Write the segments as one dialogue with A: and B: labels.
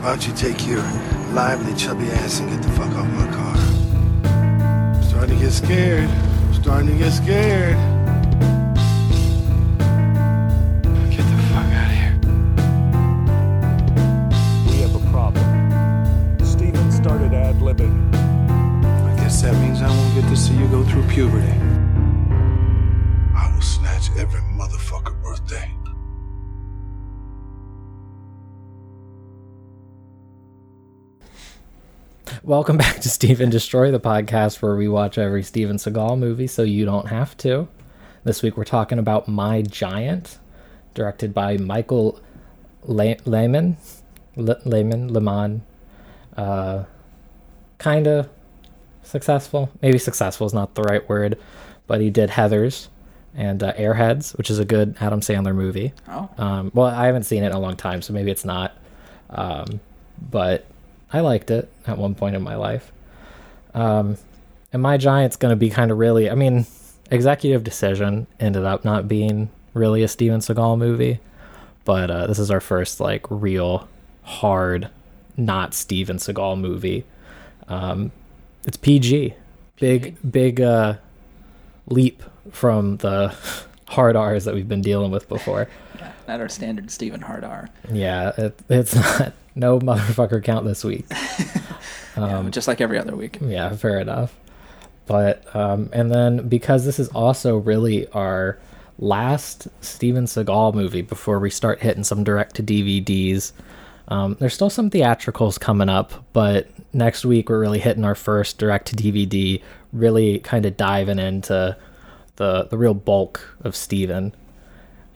A: Why don't you take your lively, chubby ass and get the fuck off my car? I'm starting to get scared. I'm starting to get scared. Get the fuck out of here.
B: We have a problem. Steven started ad libbing.
A: I guess that means I won't get to see you go through puberty. I will snatch every motherfucker birthday.
C: Welcome back to Steven Destroy, the podcast where we watch every Steven Seagal movie so you don't have to. This week we're talking about My Giant, directed by Michael Le- Lehman. Le- Lehman, Lehman. Uh, kind of successful. Maybe successful is not the right word, but he did Heathers and uh, Airheads, which is a good Adam Sandler movie.
D: Oh.
C: Um, well, I haven't seen it in a long time, so maybe it's not. Um, but I liked it at one point in my life. Um, and my giant's going to be kind of really, I mean, Executive Decision ended up not being really a Steven Seagal movie, but uh, this is our first like real hard, not Steven Seagal movie. Um, it's PG, big big uh, leap from the hard R's that we've been dealing with before.
D: Not our standard Stephen Hart R.
C: Yeah, it, it's not no motherfucker count this week.
D: Yeah,
C: Um,
D: just like every other week.
C: Yeah, fair enough. But um, and then because this is also really our last Steven Seagal movie before we start hitting some direct to DVDs. Um, there's still some theatricals coming up, but next week we're really hitting our first direct to DVD, really kind of diving into the the real bulk of Steven.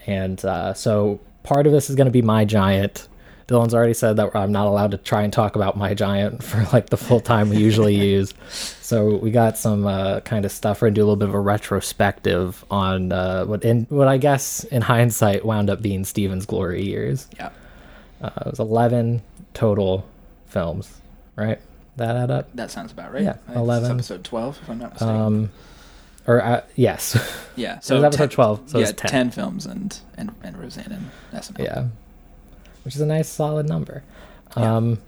C: And uh, so part of this is going to be My Giant. Dylan's already said that I'm not allowed to try and talk about My Giant for like the full time we usually use. So we got some uh, kind of stuff. We're going to do a little bit of a retrospective on uh, what, in, what I guess in hindsight wound up being Steven's glory years.
D: Yeah.
C: Uh, it was 11 total films, right? That add up?
D: That sounds about right.
C: Yeah,
D: I think this is
C: 11.
D: episode 12, if I'm not mistaken.
C: Um, or uh, yes.
D: yeah.
C: was episode 12, so
D: yeah,
C: it's 10.
D: films and, and, and Roseanne and SNL.
C: yeah which is a nice solid number
D: Yeah.
C: um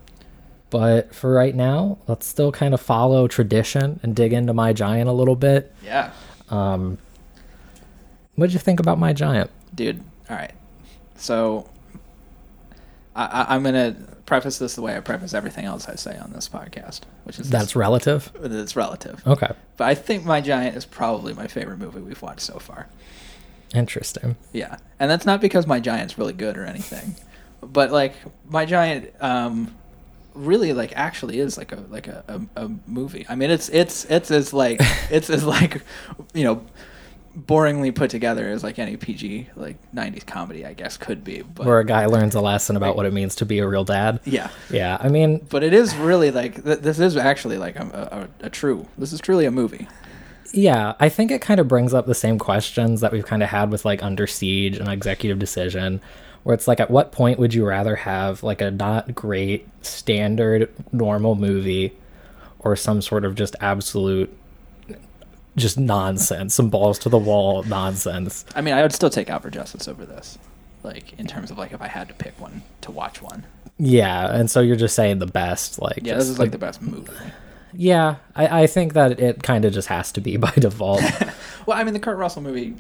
C: but for right now let's still kind of follow tradition and dig into my giant a little bit Um,
D: Yeah.
C: what'd you think about my giant
D: Dude. All right. So I, I, I'm going to preface this the way I preface everything else I say on this podcast, which is
C: that's relative
D: it's, it's relative.
C: okay
D: But I think My Giant is probably my favorite movie we've watched so far.
C: interesting
D: Yeah, and that's not because my giant's really good or anything, but like my giant, um, really like actually is like a like a, a, a movie. I mean, it's it's it's as like it's as like you know, boringly put together as like any PG like '90s comedy I guess could be. But
C: where a guy learns a lesson about what it means to be a real dad
D: yeah,
C: yeah i mean
D: but it is really like th- this is actually like a, a, a true. This is truly a movie.
C: Yeah, I think it kind of brings up the same questions that we've kind of had with like Under Siege and Executive Decision, where it's like, at what point would you rather have like a not great standard normal movie or some sort of just absolute just nonsense, some balls to the wall nonsense?
D: I mean, I would still take Out for Justice over this, like in terms of like if I had to pick one to watch one.
C: Yeah, and so you're just saying the best, like
D: Yeah,
C: just,
D: this is like the best movie.
C: yeah. I, I think that it kind of just has to be by default.
D: Well, I mean, the Kurt Russell movie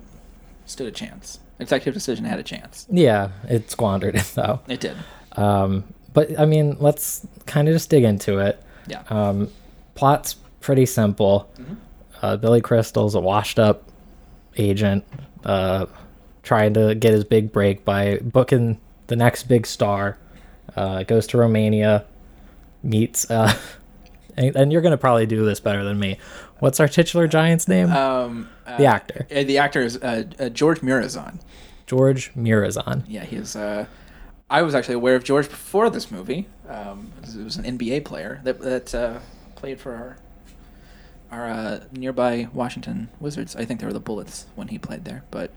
D: stood a chance. Executive Decision had a chance.
C: yeah, it squandered it though.
D: It did.
C: Um, but I mean, let's kind of just dig into it.
D: Yeah.
C: Um, plot's pretty simple.
D: Mm-hmm.
C: Uh, Billy Crystal's a washed-up agent uh, trying to get his big break by booking the next big star. Uh, goes to Romania, meets, uh, and, and you're gonna probably do this better than me. What's our titular giant's name?
D: um, uh,
C: the actor
D: uh, the actor is uh, uh, George Murazan.
C: George Mirazan.
D: Yeah, he's. Uh, I was actually aware of George before this movie. Um, he was an NBA player that that uh, played for our our uh, nearby Washington Wizards. I think they were the Bullets when he played there, but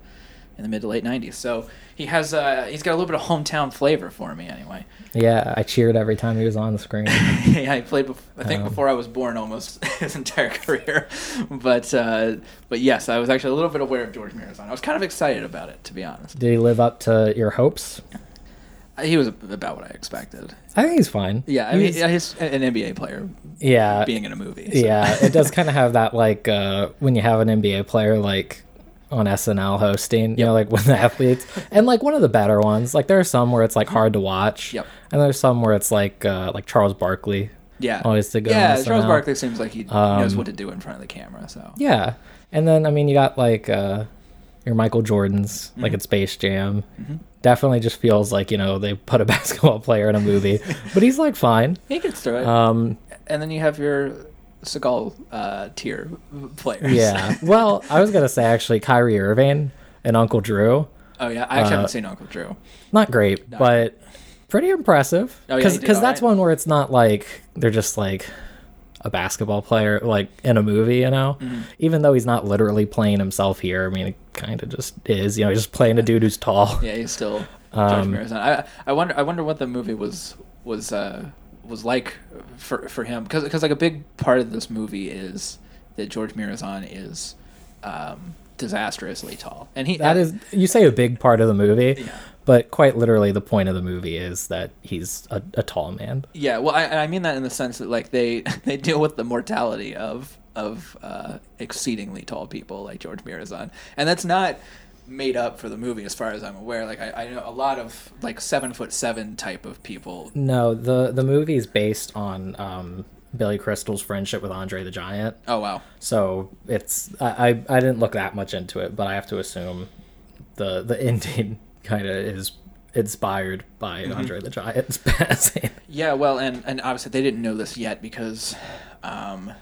D: in the mid to late '90s. So he has. Uh, he's got a little bit of hometown flavor for me, anyway.
C: Yeah, I cheered every time he was on the screen.
D: yeah, he played. Bef- I
C: Oh.
D: think before I was born, almost his entire career. But uh, but yes, I was actually a little bit aware of George Mirazon. I was kind of excited about it, to be honest.
C: Did he live up to your hopes?
D: He was about what I expected.
C: I think he's fine.
D: Yeah, I mean,
C: He's-
D: he's an NBA player
C: yeah,
D: being in a movie. so-
C: yeah. It does kind of have that like uh, when you have an NBA player like on SNL hosting, you know, like when the athletes and like one of the better ones. Like there are some where it's like hard to watch.
D: Yep.
C: And there's some where it's like uh, like Charles Barkley.
D: yeah.
C: Always to go on
D: Yeah, Charles
C: SNL.
D: Barkley seems like he knows what to do in front of the camera. So
C: Yeah. And then I mean you got like uh your Michael Jordans,
D: Mm-hmm.
C: like at Space Jam. Definitely just feels like, you know, they put a basketball player in a movie. but he's like fine.
D: he gets through it.
C: Um
D: and then you have your Seagal uh, tier players.
C: yeah. well, I was gonna say actually Kyrie Irving and Uncle Drew.
D: oh yeah, I actually
C: uh,
D: haven't seen Uncle Drew.
C: Not great, but pretty impressive.
D: Oh, yeah,
C: Because
D: he did all
C: that's
D: right.
C: one where it's not like they're just like a basketball player like in a movie, you know.
D: Mm-hmm.
C: Even though he's not literally playing himself here, I mean, it kind of just is. You know, he's just playing a dude who's tall.
D: Yeah, he's still George
C: Um,
D: Marizan. I I wonder I wonder what the movie was was uh, was like for for him because like a big part of this movie is that George Mirazan is um, disastrously tall, and he
C: That is, you say a big part of the movie,
D: Yeah.
C: but quite literally, the point of the movie is that he's a, a tall man.
D: Yeah, well, I, and I mean that in the sense that like they they deal with the mortality of of uh, exceedingly tall people like George Mirazan, and that's not made up for the movie as far as I'm aware. Like I, I know a lot of like seven foot seven type of people.
C: No, the the movie is based on um, Billy Crystal's friendship with Andre the Giant,
D: Oh wow,
C: so it's I, I I didn't look that much into it, but I have to assume the the ending kind of is inspired by
D: Mm-hmm.
C: Andre the Giant's passing.
D: yeah, well, and and obviously they didn't know this yet because um,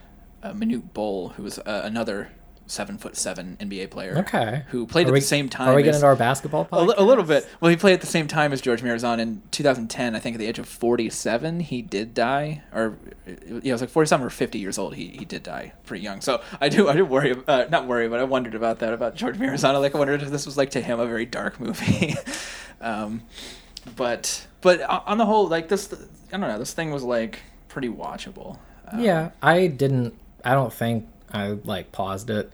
D: uh, Manute Bol, who was uh, another seven foot seven NBA player,
C: Okay,
D: who played
C: Are
D: at
C: we-
D: the same time.
C: Are we
D: as-
C: getting into our basketball?
D: A, li-
C: Podcast?
D: a little bit. Well, he played at the same time as George Mirazan in 2010. I think at the age of 47, he did die, or uh, yeah, it was like 47 or 50 years old. He, he did die pretty young. So I do I do worry, uh, not worry, but I wondered about that about George Mirazan. Like I wondered if this was like to him a very dark movie. um, but but o- on the whole, like this, I don't know. This thing was like pretty watchable. Um,
C: Yeah, I didn't. I don't think I like paused it.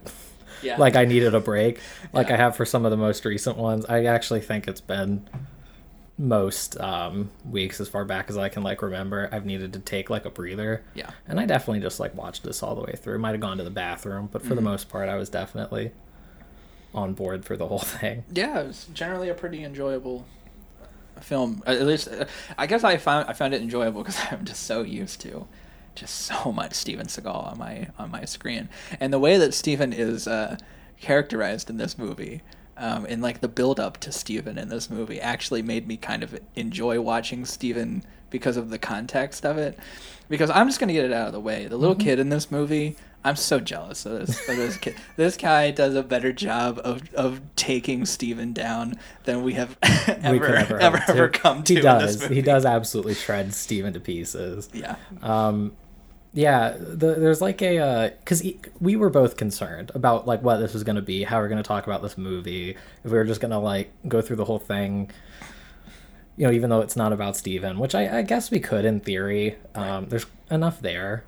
D: Yeah.
C: Like I needed a break, like
D: Yeah.
C: I have for some of the most recent ones. I actually think it's been most um, weeks as far back as I can like remember. I've needed to take like a breather.
D: Yeah.
C: And I definitely just like watched this all the way through. Might have gone to the bathroom, but for
D: Mm-hmm.
C: the most part, I was definitely on board for the whole thing.
D: yeah, it was generally a pretty enjoyable film. At least, uh, I guess I found I found it enjoyable because I'm just so used to just so much Steven Seagal on my on my screen, and the way that Steven is uh, characterized in this movie. Um, and like the build up to Steven in this movie actually made me kind of enjoy watching Steven because of the context of it. Because I'm just gonna get it out of the way. The little kid in this movie, I'm so jealous of this, of this kid. This guy does a better job of, of taking Steven down than we have ever
C: We could
D: ever,
C: hope
D: ever,
C: to.
D: come to.
C: He
D: in
C: does.
D: this
C: He
D: movie.
C: does Uh, absolutely shred Steven to pieces.
D: Yeah.
C: yeah the, there's like a because we were both concerned about like what this was going to be how we're going to talk about this movie if we were just going to like go through the whole thing you know even though it's not about steven which i, I guess we could in theory um, there's enough there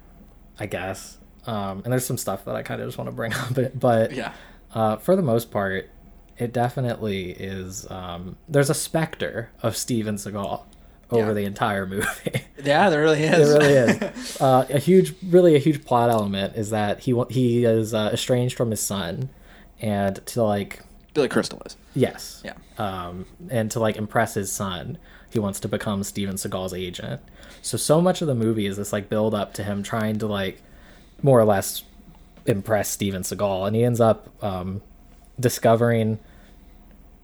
C: i guess um, and there's some stuff that i kind of just want to bring up but- but
D: Yeah.
C: uh, for the most part, it definitely is. Um, there's a specter of Steven Seagal over
D: Yeah.
C: the entire movie.
D: Yeah, there really is.
C: It really is. Uh, a huge, really a huge plot element is that he wa- he is uh, estranged from his son, and to like
D: Billy Crystal is.
C: yes,
D: Yeah.
C: um, and to like impress his son, he wants to become Steven Seagal's agent. So so much of the movie is this like build up to him trying to like more or less impress Steven Seagal, and he ends up um, discovering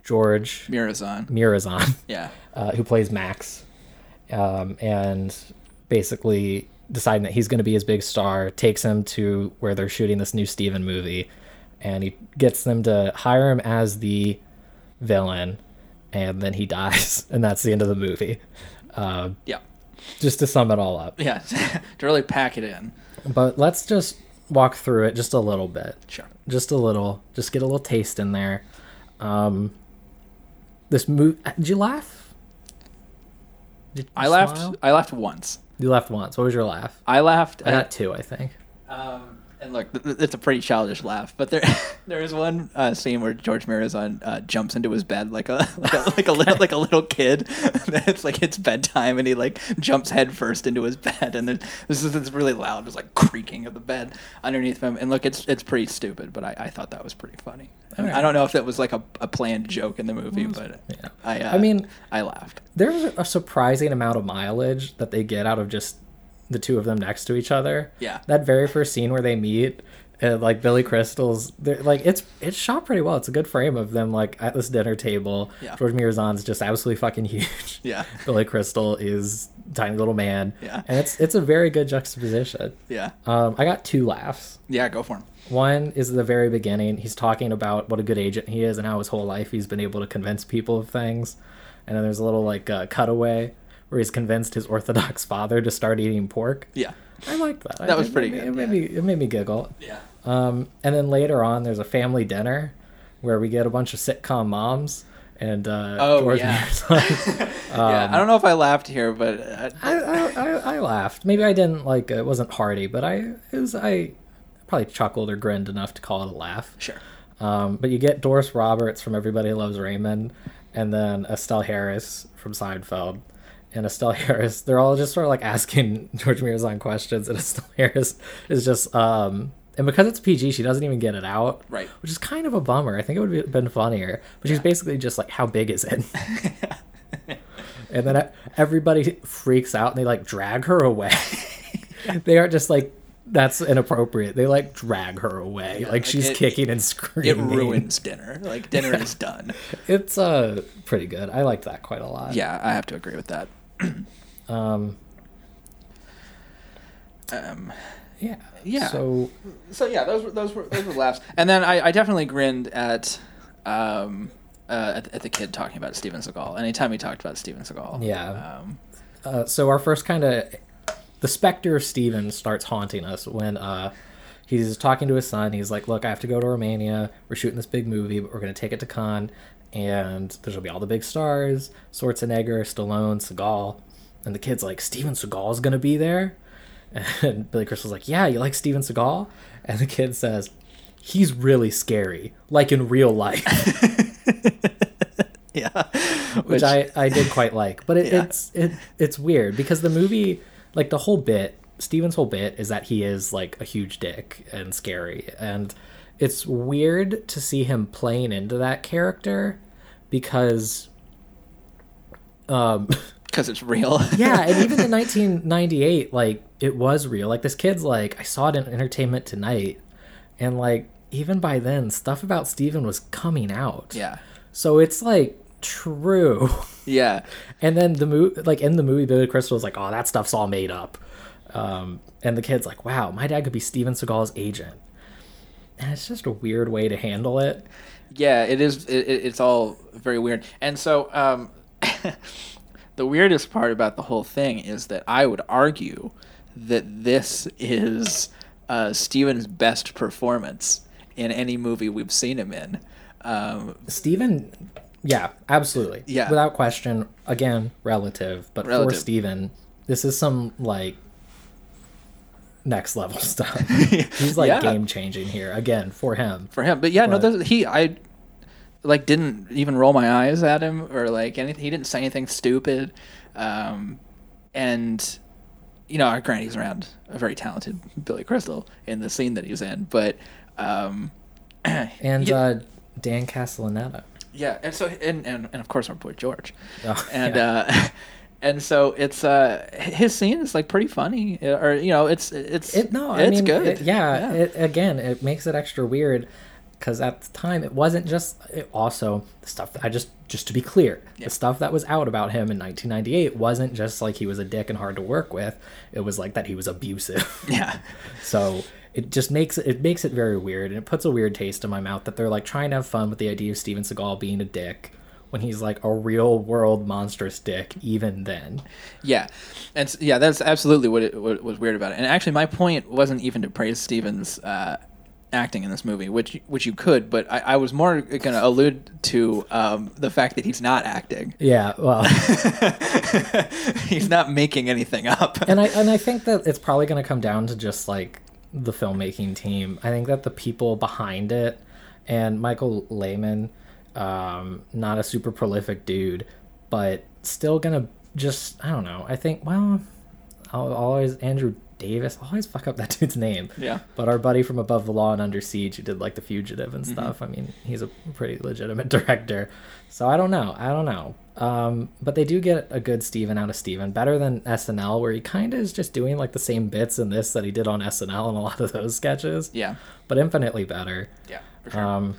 C: George
D: Mirazan.
C: Mirazan
D: Yeah.
C: uh, who plays Max, um, and basically deciding that he's going to be his big star, takes him to where they're shooting this new Steven movie, and he gets them to hire him as the villain, and then he dies, and that's the end of the movie. Uh,
D: Yeah.
C: just to sum it all up,
D: Yeah. to really pack it in.
C: but let's just walk through it just a little bit
D: Sure.
C: just a little just get a little taste in there um this move did you laugh did
D: I
C: you
D: laughed
C: smile?
D: I laughed once.
C: You laughed once. What was your laugh?
D: I laughed
C: I
D: at
C: got two, I think.
D: Um, And look, th- th- it's a pretty childish laugh, but there there is one uh, scene where George Mirazon uh, jumps into his bed like a like a, like a little like a little kid. it's like it's bedtime, and he like jumps headfirst into his bed, and there's this is it's really loud, just like creaking of the bed underneath him. And look, it's it's pretty stupid, but I, I thought that was pretty funny. I, mean, I don't know if that was like a, a planned joke in the movie, but I uh,
C: I mean-
D: I laughed.
C: There's a surprising amount of mileage that they get out of just the two of them next to each other.
D: Yeah.
C: That very first scene where they meet, uh, like Billy Crystal's, they're- like it's it's shot pretty well. It's a good frame of them like at this dinner table.
D: Yeah.
C: George Mirazon's just absolutely fucking huge.
D: Yeah.
C: Billy Crystal is tiny little man.
D: Yeah.
C: And it's it's a very good juxtaposition.
D: Yeah,
C: Um, I got two laughs.
D: yeah, go for him.
C: One is the very beginning. He's talking about what a good agent he is and how his whole life he's been able to convince people of things. And then there's a little like uh, cutaway where he's convinced his Orthodox father to start eating pork.
D: Yeah,
C: I liked that.
D: That was
C: It made
D: pretty
C: me-
D: good,
C: It made,
D: yeah.
C: me, it made me giggle.
D: yeah.
C: Um, and then later on, there's a family dinner where we get a bunch of sitcom moms and uh,
D: Oh,
C: George
D: yeah.
C: Mirazon.
D: yeah, I don't know if I laughed here, but uh,
C: I, I, I, I laughed. Maybe I didn't like uh, it wasn't hearty, but I it was I probably chuckled or grinned enough to call it a laugh.
D: sure.
C: Um, but you get Doris Roberts from Everybody Loves Raymond, and then Estelle Harris from Seinfeld. And Estelle Harris, they're all just sort of like asking George Mirazon questions, and Estelle Harris is just, um, and because it's PG, she doesn't even get it out,
D: Right.
C: Which is kind of a bummer. I think it would have been funnier, but she's basically just like, "How big is it?" and then everybody freaks out, and they like drag her away. they aren't just like, "That's inappropriate." They like drag her away, like,
D: like,
C: she's
D: it-
C: kicking and
D: It
C: screaming.
D: ruins dinner. Like dinner is done.
C: It's uh pretty good. I liked that quite a lot.
D: Yeah, I have to agree with that.
C: Um.
D: Um,
C: Yeah.
D: Yeah.
C: So
D: so yeah, those were those were those were laughs, and then I, I definitely grinned at, um, uh, at, at the kid talking about Steven Seagal. Anytime he talked about Steven Seagal,
C: Yeah.
D: um,
C: uh, so our first kind of the specter of Steven starts haunting us when uh he's talking to his son. He's like, "Look, I have to go to Romania. We're shooting this big movie, but we're gonna take it to Cannes, and there'll be all the big stars: Schwarzenegger, Stallone, Seagal." And the kid's like, "Steven Seagal's gonna be there." And Billy Crystal's like, "Yeah, you like Steven Seagal?" And the kid says, "He's really scary, like in real life."
D: yeah, which,
C: which I, I did quite like. But it,
D: Yeah.
C: it's it, it's weird because the movie, like the whole bit, Steven's whole bit is that he is like a huge dick and scary, and it's weird to see him playing into that character because
D: because it's real.
C: yeah, and even in 1998, like it was real. Like this kid's like, I saw it in Entertainment Tonight, and like even by then, stuff about Steven was coming out.
D: yeah,
C: So it's like true.
D: yeah,
C: And then the movie, like in the movie, Billy Crystal's like, "Oh, that stuff's all made up," um, and the kid's like, "Wow, my dad could be Steven Seagal's agent." And it's just a weird way to handle it.
D: yeah. It is. It, it- it's all very weird, and so um, the weirdest part about the whole thing is that I would argue that this is uh, Steven's best performance in any movie we've seen him in. Um,
C: Steven, yeah, absolutely,
D: Yeah.
C: without question. Again, relative, but
D: Relative.
C: for Steven, this is some like next level stuff. He's like
D: Yeah.
C: game changing here again for him.
D: for him. But yeah, no,
C: But-
D: this, he I like didn't even roll my eyes at him or like anything. He didn't say anything stupid, um, and you know, granted, he's around a very talented Billy Crystal in the scene that he's in, but um,
C: And
D: Yeah.
C: uh, Dan Castellaneta.
D: yeah, and so and, and and of course our boy George,
C: Oh,
D: and
C: yeah.
D: uh, and so it's uh his scene is like pretty funny, or you know, it's it's
C: It no, I
D: it's
C: mean,
D: good,
C: it- yeah, It, again, it makes it extra weird because at the time it wasn't just. It also, the stuff that I just just to be clear,
D: Yeah.
C: the stuff that was out about him in 1998 wasn't just like he was a dick and hard to work with. It was like that he was abusive.
D: yeah,
C: so it just makes it, it makes it very weird, and it puts a weird taste in my mouth that they're like trying to have fun with the idea of Steven Seagal being a dick when he's like a real world monstrous dick even then.
D: Yeah, and s- yeah, that's absolutely what, it, what was weird about it. And actually, my point wasn't even to praise Stevens' uh, acting in this movie, which which you could, but I, I was more going to allude to um, the fact that he's not acting.
C: Yeah, well.
D: he's not making anything up.
C: and I and I think that it's probably going to come down to just like the filmmaking team. I think that the people behind it and Michael Lehman, um, not a super prolific dude, but still gonna just I don't know. I think well, I'll always Andrew Davis. I always fuck up that dude's name.
D: Yeah.
C: But our buddy from Above the Law and Under Siege, who did like The Fugitive and stuff. I mean, he's a pretty legitimate director. So I don't know. I don't know. Um, but they do get a good Steven out of Steven, better than SNL, where he kind of is just doing like the same bits in this that he did on SNL and a lot of those sketches.
D: Yeah.
C: But infinitely better.
D: Yeah. For sure.
C: Um,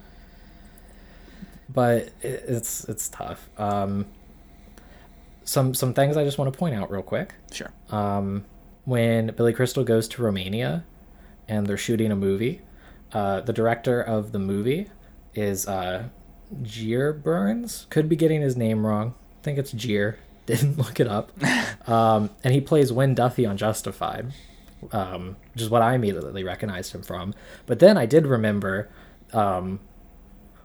C: but it, it's it's tough. Um, some some things I just want to point out real quick
D: sure.
C: um, when Billy Crystal goes to Romania and they're shooting a movie, uh, the director of the movie is uh, Jeer Burns. Could be getting his name wrong. I think it's Jeer. Didn't look it up. um, and he plays Win Duffy on Justified, um, which is what I immediately recognized him from. But then I did remember um,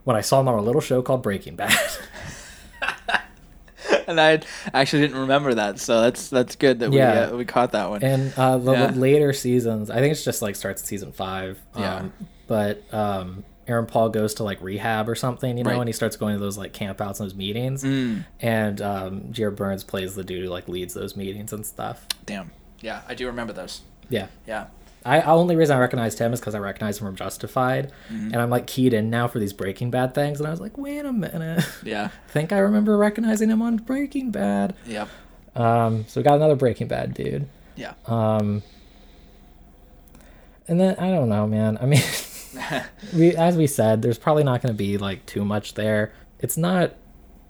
C: when I saw him on a little show called Breaking Bad.
D: and I actually didn't remember that, so that's that's good that
C: Yeah.
D: we uh, we caught that one.
C: and uh, the
D: Yeah.
C: later seasons, I think it's just like starts at season five. Um,
D: Yeah.
C: But um, Aaron Paul goes to like rehab or something, you know,
D: Right. Mm.
C: and he starts going to those like campouts and those meetings. And um, Jared Burns plays the dude who like leads those meetings and stuff.
D: Damn. Yeah, I do remember those.
C: Yeah.
D: Yeah.
C: I I- only reason I recognized him is because I recognized him from Justified,
D: Mm-hmm.
C: and I'm like keyed in now for these Breaking Bad things, and I was like, wait a minute,
D: Yeah.
C: I think I remember recognizing him on Breaking Bad.
D: Yep.
C: Um, so we got another Breaking Bad dude.
D: Yeah.
C: Um, and then I don't know, man. I mean, we as we said, there's probably not going to be like too much there. It's not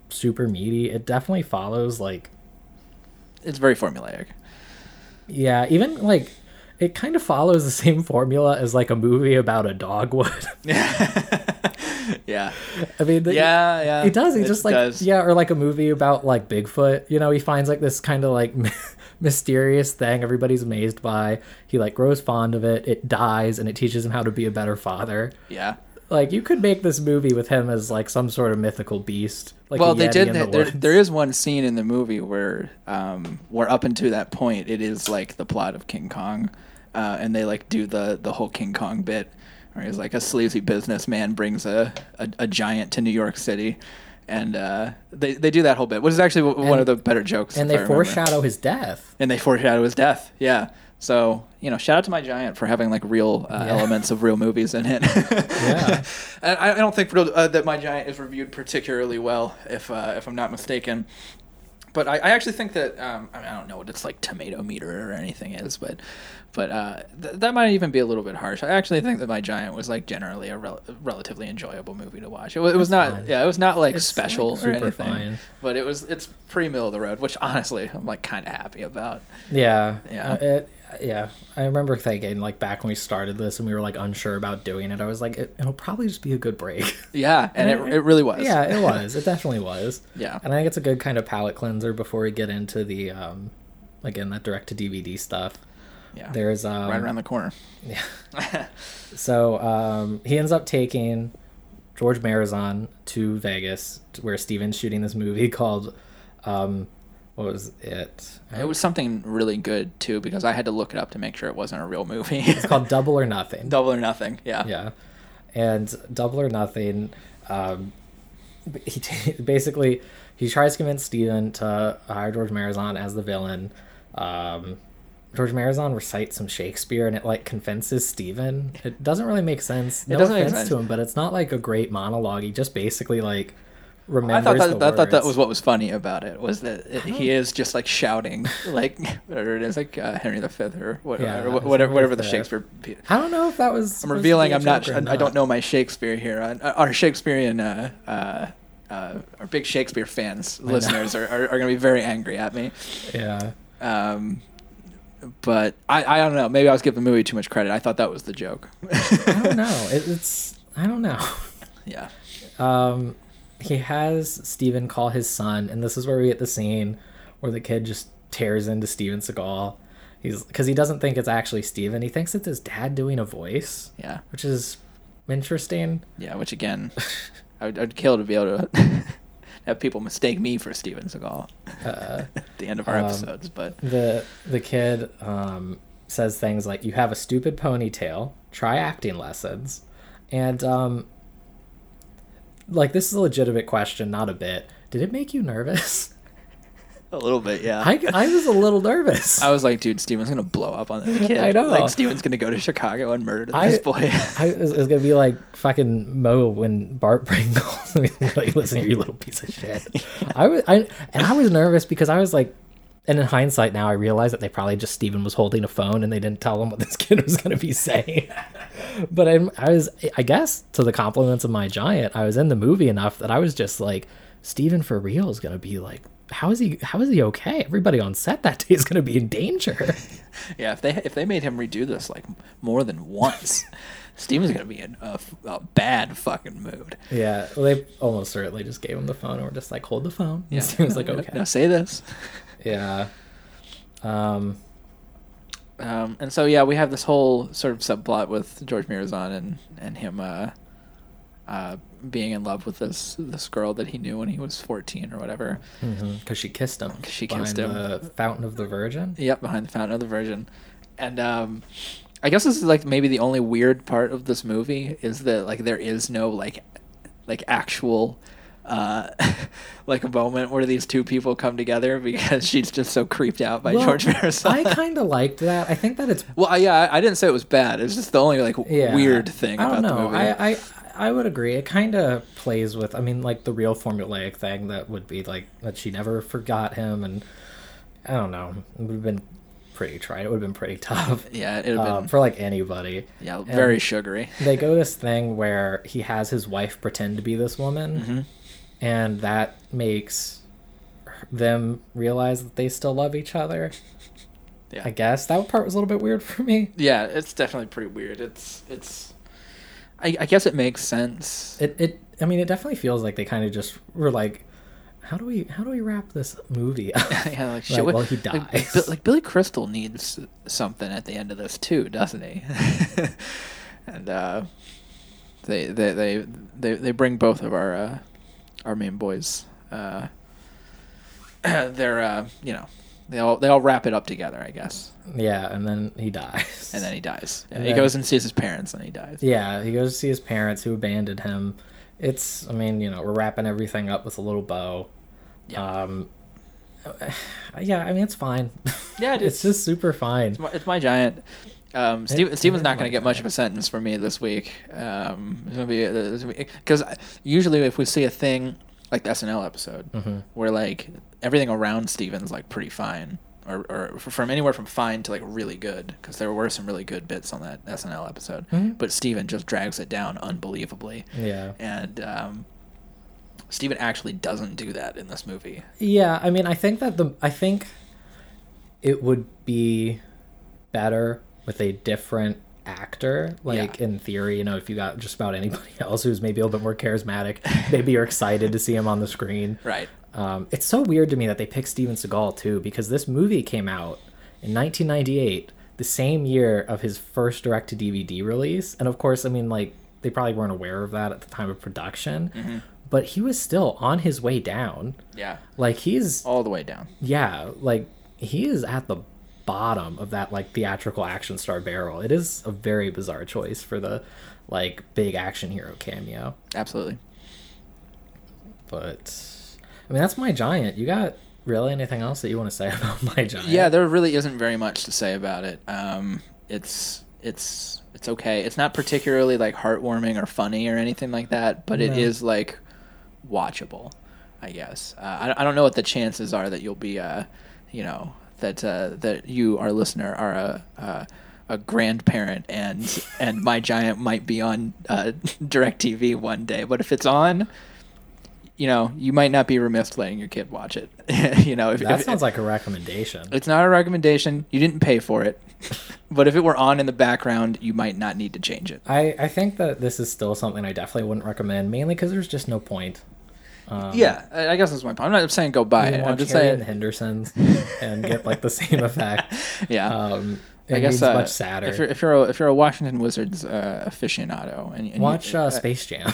C: super meaty. It definitely follows like
D: it's very formulaic.
C: yeah, even like it kind of follows the same formula as like a movie about a dog would.
D: Yeah.
C: I mean, the-
D: Yeah, yeah.
C: He does. He
D: It
C: just like
D: does.
C: yeah, or like a movie about like Bigfoot. You know, he finds like this kind of like mysterious thing everybody's amazed by. He like grows fond of it. It dies, and it teaches him how to be a better father.
D: Yeah.
C: Like you could make this movie with him as like some sort of mythical beast. Like
D: well,
C: a
D: they
C: Yeti
D: did.
C: in
D: there
C: the
D: there-
C: woods.
D: there is one scene in the movie where, um, where up until that point, it is like the plot of King Kong, uh, and they like do the the whole King Kong bit, where he's like a sleazy businessman brings a a, a giant to New York City, and uh, they they do that whole bit, which is actually w- one
C: And-
D: of the better jokes.
C: and
D: if
C: they
D: I remember.
C: foreshadow his death.
D: and they foreshadow his death. Yeah. So you know, shout out to my giant for having like real uh, elements of real movies in it.
C: Yeah.
D: And I, I don't think real, uh, that my giant is reviewed particularly well, if uh, if I'm not mistaken. But I, I actually think that um, I, mean, I don't know what its like tomato meter or anything is, but but uh, th- that might even be a little bit harsh. I actually think that my giant was like generally a rel- relatively enjoyable movie to watch. It, wa- it was not yeah, it was not like
C: It's,
D: special
C: like,
D: or
C: super
D: anything,
C: fine.
D: but it was it's pretty middle of the road, which honestly I'm like kind of happy about.
C: Yeah.
D: Yeah.
C: Uh, it- yeah. I remember thinking like back when we started this and we were like unsure about doing it. I was like, it, it'll probably just be a good break.
D: Yeah, and it, it really was.
C: Yeah, it was. It definitely was.
D: Yeah.
C: And I think it's a good kind of palate cleanser before we get into the um again that direct to DVD stuff.
D: yeah.
C: There's um
D: right around the corner.
C: so um he ends up taking George Marizon to Vegas to where Steven's shooting this movie called um what was it?
D: It was something really good too because I had to look it up to make sure it wasn't a real movie.
C: It's called Double or Nothing.
D: Double or Nothing. Yeah.
C: yeah and double or nothing um b- he t- basically he tries to convince steven to hire george marizon as the villain um george marizon recites some shakespeare and it like convinces steven it doesn't really make sense no
D: doesn't make
C: offense
D: sense.
C: to him but it's not like a great monologue he just basically like
D: I
C: remembers
D: thought
C: the
D: that, I thought that
C: words.
D: was what was funny about it was that it, he is just like shouting like whatever it is like uh, Henry V or whatever
C: Yeah,
D: or
C: it's
D: whatever,
C: Henry
D: whatever the
C: V.
D: Shakespeare. Piece.
C: I don't know if that was.
D: I'm revealing I'm not,
C: I
D: I don't know my Shakespeare here. Uh, Our Shakespearean uh, uh, uh, our big Shakespeare fans listeners are, are, are going to be very angry at me.
C: Yeah.
D: Um, but I, I don't know. Maybe I was giving the movie too much credit. I thought that was the joke.
C: I don't know. It, it's. I don't know.
D: yeah.
C: um, he has Steven call his son, and this is where we get the scene where the kid just tears into Steven Seagal. He's because he doesn't think it's actually Steven. He thinks it's his dad doing a voice,
D: Yeah.
C: which is interesting.
D: Yeah. Which again, I would, I'd kill to be able to have people mistake me for
C: Uh, Um,
D: Steven Seagal at the end of our episodes. But
C: The the kid um, says things like, "You have a stupid ponytail. Try acting lessons," and um, like this is a legitimate question, not a bit. Did it make you nervous?
E: A little bit, yeah.
C: I, I was a little nervous.
D: I was like, dude, Steven's gonna blow up on this kid.
C: I know.
D: Like, Steven's gonna go to Chicago and murder
C: I-
D: this boy.
C: I it was, it was gonna be like fucking Mo when Bart Pringles like listen here, you little piece of shit. I was I and I was nervous because I was like, and in hindsight now I realize that they probably just Steven was holding a phone and they didn't tell him what this kid was gonna be saying. but I, I was I guess to the compliments of my giant, I was in the movie enough that I was just like, Steven for real is gonna be like. How is he? How is he okay? Everybody on set that day is going to be in danger.
D: yeah, if they if they made him redo this like more than once, Steven's gonna be in a, f- a bad fucking mood.
C: Yeah, well, they almost certainly just gave him the phone and were just like, hold the phone. Yeah. he was like, okay.
D: Now say this.
C: Yeah. Um,
D: Um, and so yeah, we have this whole sort of subplot with George Mirazan and and him uh, uh, being in love with this this girl that he knew when he was fourteen or whatever.
C: because mm-hmm. she kissed him.
D: she kissed
C: behind
D: him.
C: The Fountain of the Virgin.
D: Yep, behind the fountain of the Virgin, and um, I guess this is like maybe the only weird part of this movie is that like there is no like like actual uh like a moment where these two people come together because she's just so creeped out by
C: Well,
D: George Marisol.
C: I kind of liked that. I think that it's
D: Well, I- yeah, I- I didn't say it was bad. It's just the only like
C: yeah,
D: weird thing
C: I don't
D: about
C: know.
D: the movie.
C: I, I I would agree. It kind of plays with. I mean, like the real formulaic thing that would be like that she never forgot him, and I don't know. It would have been pretty tried. It would have been pretty tough.
D: yeah, it would have
C: Uh,
D: been
C: for like anybody.
D: yeah,
C: And-
D: very sugary.
C: they go this thing where he has his wife pretend to be this woman
D: Mm-hmm.
C: and that makes them realize that they still love each other
D: Yeah.
C: i guess that part was a little bit weird for me
D: Yeah, it's definitely pretty weird. It's it's I, I guess it makes sense.
C: it, it i mean it definitely feels like they kind of just were like how do we how do we wrap this movie up
D: yeah, like, shit,
C: Like,
D: what-
C: well he dies
D: like, Bi- like, Billy Crystal needs something at the end of this too, doesn't he? and uh, they, they they they they bring both of our uh, our main boys. Uh, they're uh, you know they all they all wrap it up together, I guess.
C: yeah and then he dies
D: And then he dies. Yeah,
C: And
D: he
C: then-
D: goes and sees his parents, and he dies.
C: Yeah, he goes to see his parents who abandoned him. It's, I mean, you know, we're wrapping everything up with a little bow.
D: Yeah.
C: Um, yeah, I mean, it's fine.
D: Yeah, it
C: it's
D: is.
C: just super fine.
D: It's my, it's my giant. Um, Steve,
C: it
D: Steven's
C: is
D: not
C: my
D: going to get much of a sentence from me this week. Um, it's gonna be because usually if we see a thing like the SNL episode,
C: Mm-hmm.
D: where like everything around Steven's like pretty fine, or, or f- from anywhere from fine to like really good, because there were some really good bits on that SNL episode.
C: Mm-hmm.
D: But Steven just drags it down unbelievably,
C: Yeah.
D: and um, Steven actually doesn't do that in this movie.
C: Yeah, I mean, I think that the I think it would be better with a different actor. Like
D: Yeah.
C: in theory, you know, if you got just about anybody else who's maybe a little bit more charismatic, maybe you're excited to see him on the screen.
D: Right.
C: Um, it's so weird to me that they picked Steven Seagal too, because this movie came out in 1998, the same year of his first direct to DVD release. And of course, I mean, like, they probably weren't aware of that at the time of production, but he was still on his way down.
D: Yeah.
C: Like, he's,
D: All the way down.
C: yeah, like, he is at the bottom of that, like, theatrical action star barrel. It is a very bizarre choice for the, like, big action hero cameo
D: Absolutely.
C: but I mean that's my giant. You got really anything else that you want to say about my giant?
D: Yeah, there really isn't very much to say about it. Um, it's it's it's okay. It's not particularly like heartwarming or funny or anything like that, but it
C: No.
D: is like watchable, I guess. Uh, I I don't know what the chances are that you'll be uh, you know, that uh, that you our listener are a uh, a grandparent and and my giant might be on uh, Directv one day, but if it's on. You know, you might not be remiss letting your kid watch it. you know, if,
C: that
D: if-
C: sounds like a recommendation.
D: it's not a recommendation. You didn't pay for it. but if it were on in the background, you might not need to change it.
C: I I think that this is still something I definitely wouldn't recommend, mainly because there's just no point.
D: Um, yeah, I I guess that's my point. I'm not saying go buy
C: You can
D: it. I'm
C: watch
D: just
C: Harry and the
D: saying,
C: Hendersons and get like the same effect.
D: yeah.
C: Um, it
D: I guess
C: means
D: uh,
C: much sadder.
D: If you're if you're a, if you're a Washington Wizards uh, aficionado and, and you-
C: Watch uh, Space Jam.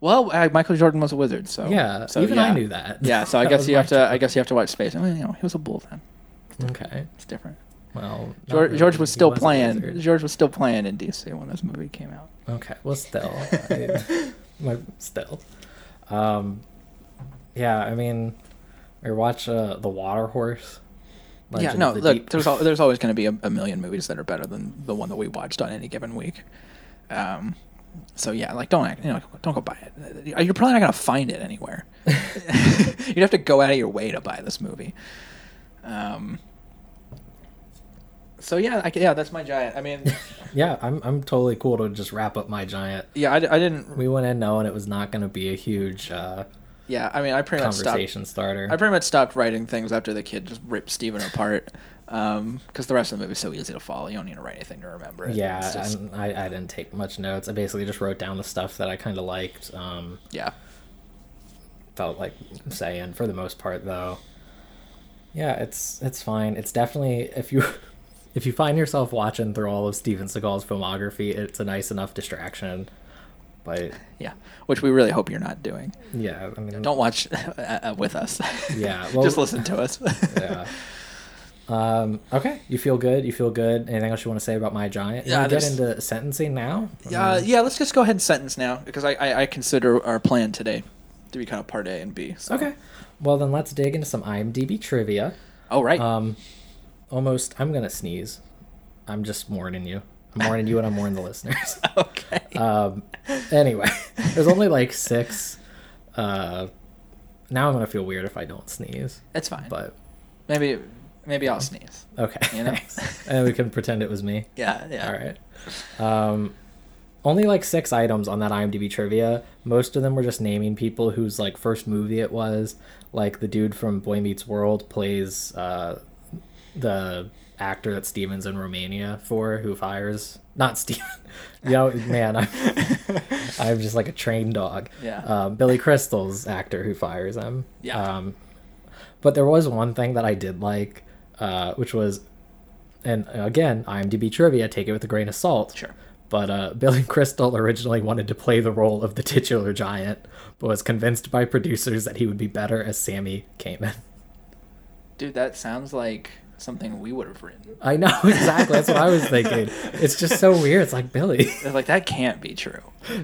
D: well, uh, Michael Jordan was a wizard, so
C: yeah,
D: Oh, so,
C: even I
D: yeah.
C: knew that.
D: Yeah, so I
C: That
D: guess
C: was
D: you
C: my
D: have to. I guess you have to watch Space. Well, you know, he was a bull then.
C: choice. Okay.
D: It's different.
C: Well, not
D: George,
C: really.
D: George was
C: He
D: still
C: wasn't
D: playing.
C: wizard.
D: George was still playing in DC when this movie came out.
C: Okay, well, still, I, my, still, um, yeah. I mean, or watch uh, the Water Horse.
D: yeah,
C: Legend
D: no,
C: of the
D: look,
C: Deep.
D: there's al- there's always going to be a, a million movies that are better than the one that we watched on any given week. Um, so yeah, like don't act, you know, don't go buy it. Uh, You're probably not going to find it anywhere. You'd have to go out of your way to buy this movie. Um. So yeah, I, c- yeah, that's my giant. I mean,
C: yeah, I'm I'm totally cool to just wrap up my giant.
D: yeah, I, d- I didn't.
C: We went in knowing it was not going to be a huge uh,
D: Yeah, I mean, I pretty much stopped.
C: conversation starter.
D: I pretty much stopped writing things after the kid just ripped Steven apart. Um, because the rest of the movie's so easy to follow. You don't need to write anything to remember it.
C: yeah,
D: It's just-
C: and I, I didn't take much notes. I basically just wrote down the stuff that I kind of liked. Um,
D: yeah.
C: felt like saying for the most part though yeah it's it's fine it's definitely if you if you find yourself watching through all of steven seagal's filmography it's a nice enough distraction but
D: Yeah, which we really hope you're not doing.
C: yeah i mean
D: Don't watch uh, uh, with us.
C: Yeah,
D: just
C: well-
D: listen to us.
C: yeah um okay you feel good you feel good anything else you want to say about my giant
D: Yeah,
C: yeah get
D: there's-
C: into sentencing now
D: Uh, yeah, let's just go ahead and sentence now because I, I, I consider our plan today to be kind of part A and B. So.
C: okay well then let's dig into some imdb trivia
D: Oh right.
C: um almost i'm gonna sneeze i'm just warning you i'm warning you and i'm warning the listeners
D: okay.
C: Um, anyway, there's only like six. Uh, now I'm gonna feel weird if I don't sneeze,
D: That's fine.
C: but
D: maybe maybe I'll sneeze.
C: okay.
D: You know?
C: and we can pretend it was me.
D: Yeah. Yeah.
C: All right. Um, only like six items on that IMDb trivia. Most of them were just naming people whose like first movie it was. Like the dude from Boy Meets World plays uh, the actor that Steven's in Romania for, who fires not Steven. Yo, man, I'm I'm just like a trained dog.
D: Yeah.
C: Um, Billy Crystal's actor who fires him.
D: Yeah.
C: Um, but there was one thing that I did like, uh, which was, and uh, again, IMDb trivia, take it with a grain of salt.
D: Sure.
C: But uh, Billy Crystal originally wanted to play the role of the titular giant, but was convinced by producers that he would be better as Sammy Kamen.
D: Dude, that sounds like something we would have written.
C: I know exactly. That's what I was thinking. It's just so weird. It's like Billy,
D: It's like that can't be true.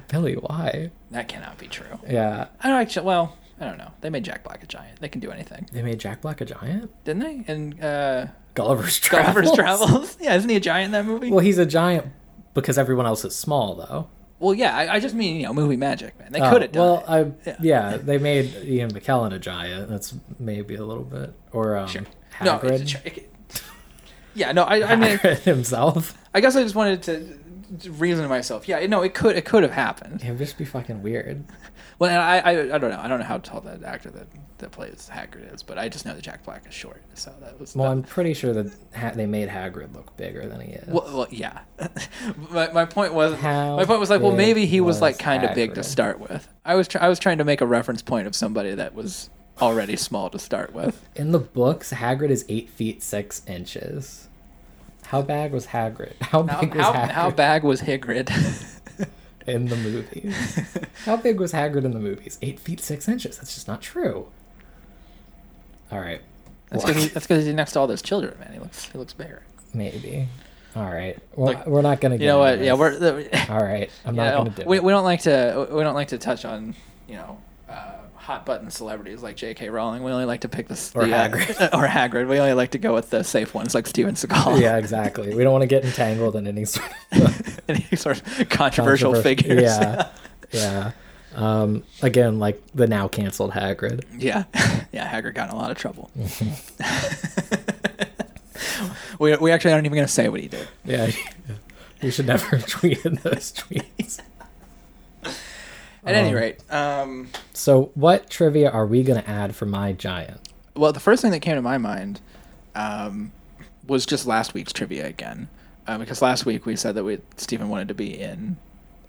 C: Billy, why?
D: That cannot be true.
C: Yeah,
D: I don't actually. Well, I don't know. They made Jack Black a giant. They can do anything,
C: they made Jack Black a giant.
D: didn't they? And uh,
C: Gulliver's Travels.
D: Gulliver's Travels. Yeah, isn't he a giant in that movie?
C: Well, he's a giant because everyone else is small, though.
D: Well, yeah, I, I just mean you know movie magic, man. They could have done.
C: Oh, well,
D: it.
C: I yeah. they made Ian McKellen a giant. That's maybe a little bit or um,
D: Sure. No, it's a
C: Hagrid,
D: tr- yeah, no. I, I mean,
C: Hagrid himself.
D: I guess I just wanted to- to reason to myself. Yeah, no, it could it could have happened.
C: It would just be fucking weird.
D: Well, and I, I I don't know. I don't know how tall that actor that that plays Hagrid is, but I just know that Jack Black is short, so that was.
C: Well, I'm pretty sure that ha- they made Hagrid look bigger than he is.
D: Well, well, yeah. my, my point was
C: How
D: my point was like, well,
C: big
D: maybe he was,
C: was
D: like kind of big to
C: Hagrid?
D: start with. I was try- I was trying to make a reference point of somebody that was already small to start with.
C: In the books, Hagrid is eight feet six inches. How bad was Hagrid? How
D: How,
C: big was
D: how,
C: Hagrid
D: how bag was Hagrid?
C: in the movies? how big was Hagrid in the movies? Eight feet six inches. That's just not true. All right.
D: that's
C: Well-
D: because he's next to all those children, man. He looks he looks bigger.
C: Maybe. All right. Well,
D: Look,
C: we're not gonna. Get
D: You know what?
C: into
D: Yeah,
C: this.
D: we're
C: All right. I'm
D: you
C: not
D: know,
C: gonna do.
D: we,
C: it.
D: we don't like to we don't like to touch on you know uh, hot button celebrities like J.K. Rowling. We only like to pick this
C: Or
D: the, uh,
C: Hagrid.
D: or Hagrid. We only like to go with the safe ones like Steven Seagal.
C: yeah, exactly. We don't want to get entangled in any sort of
D: Any sort of controversial
C: controver-
D: figures.
C: Yeah, yeah. Um, again, like the now canceled Hagrid.
D: yeah, yeah. Hagrid got in a lot of trouble. we we actually aren't even going to say what he did.
C: Yeah, we should never tweet in those tweets.
D: At any
C: Um,
D: rate, um,
C: So, what trivia are we gonna add for my giant?
D: Well, the first thing that came to my mind um, was just last week's trivia again, uh, because last week we said that we Stephen wanted to be in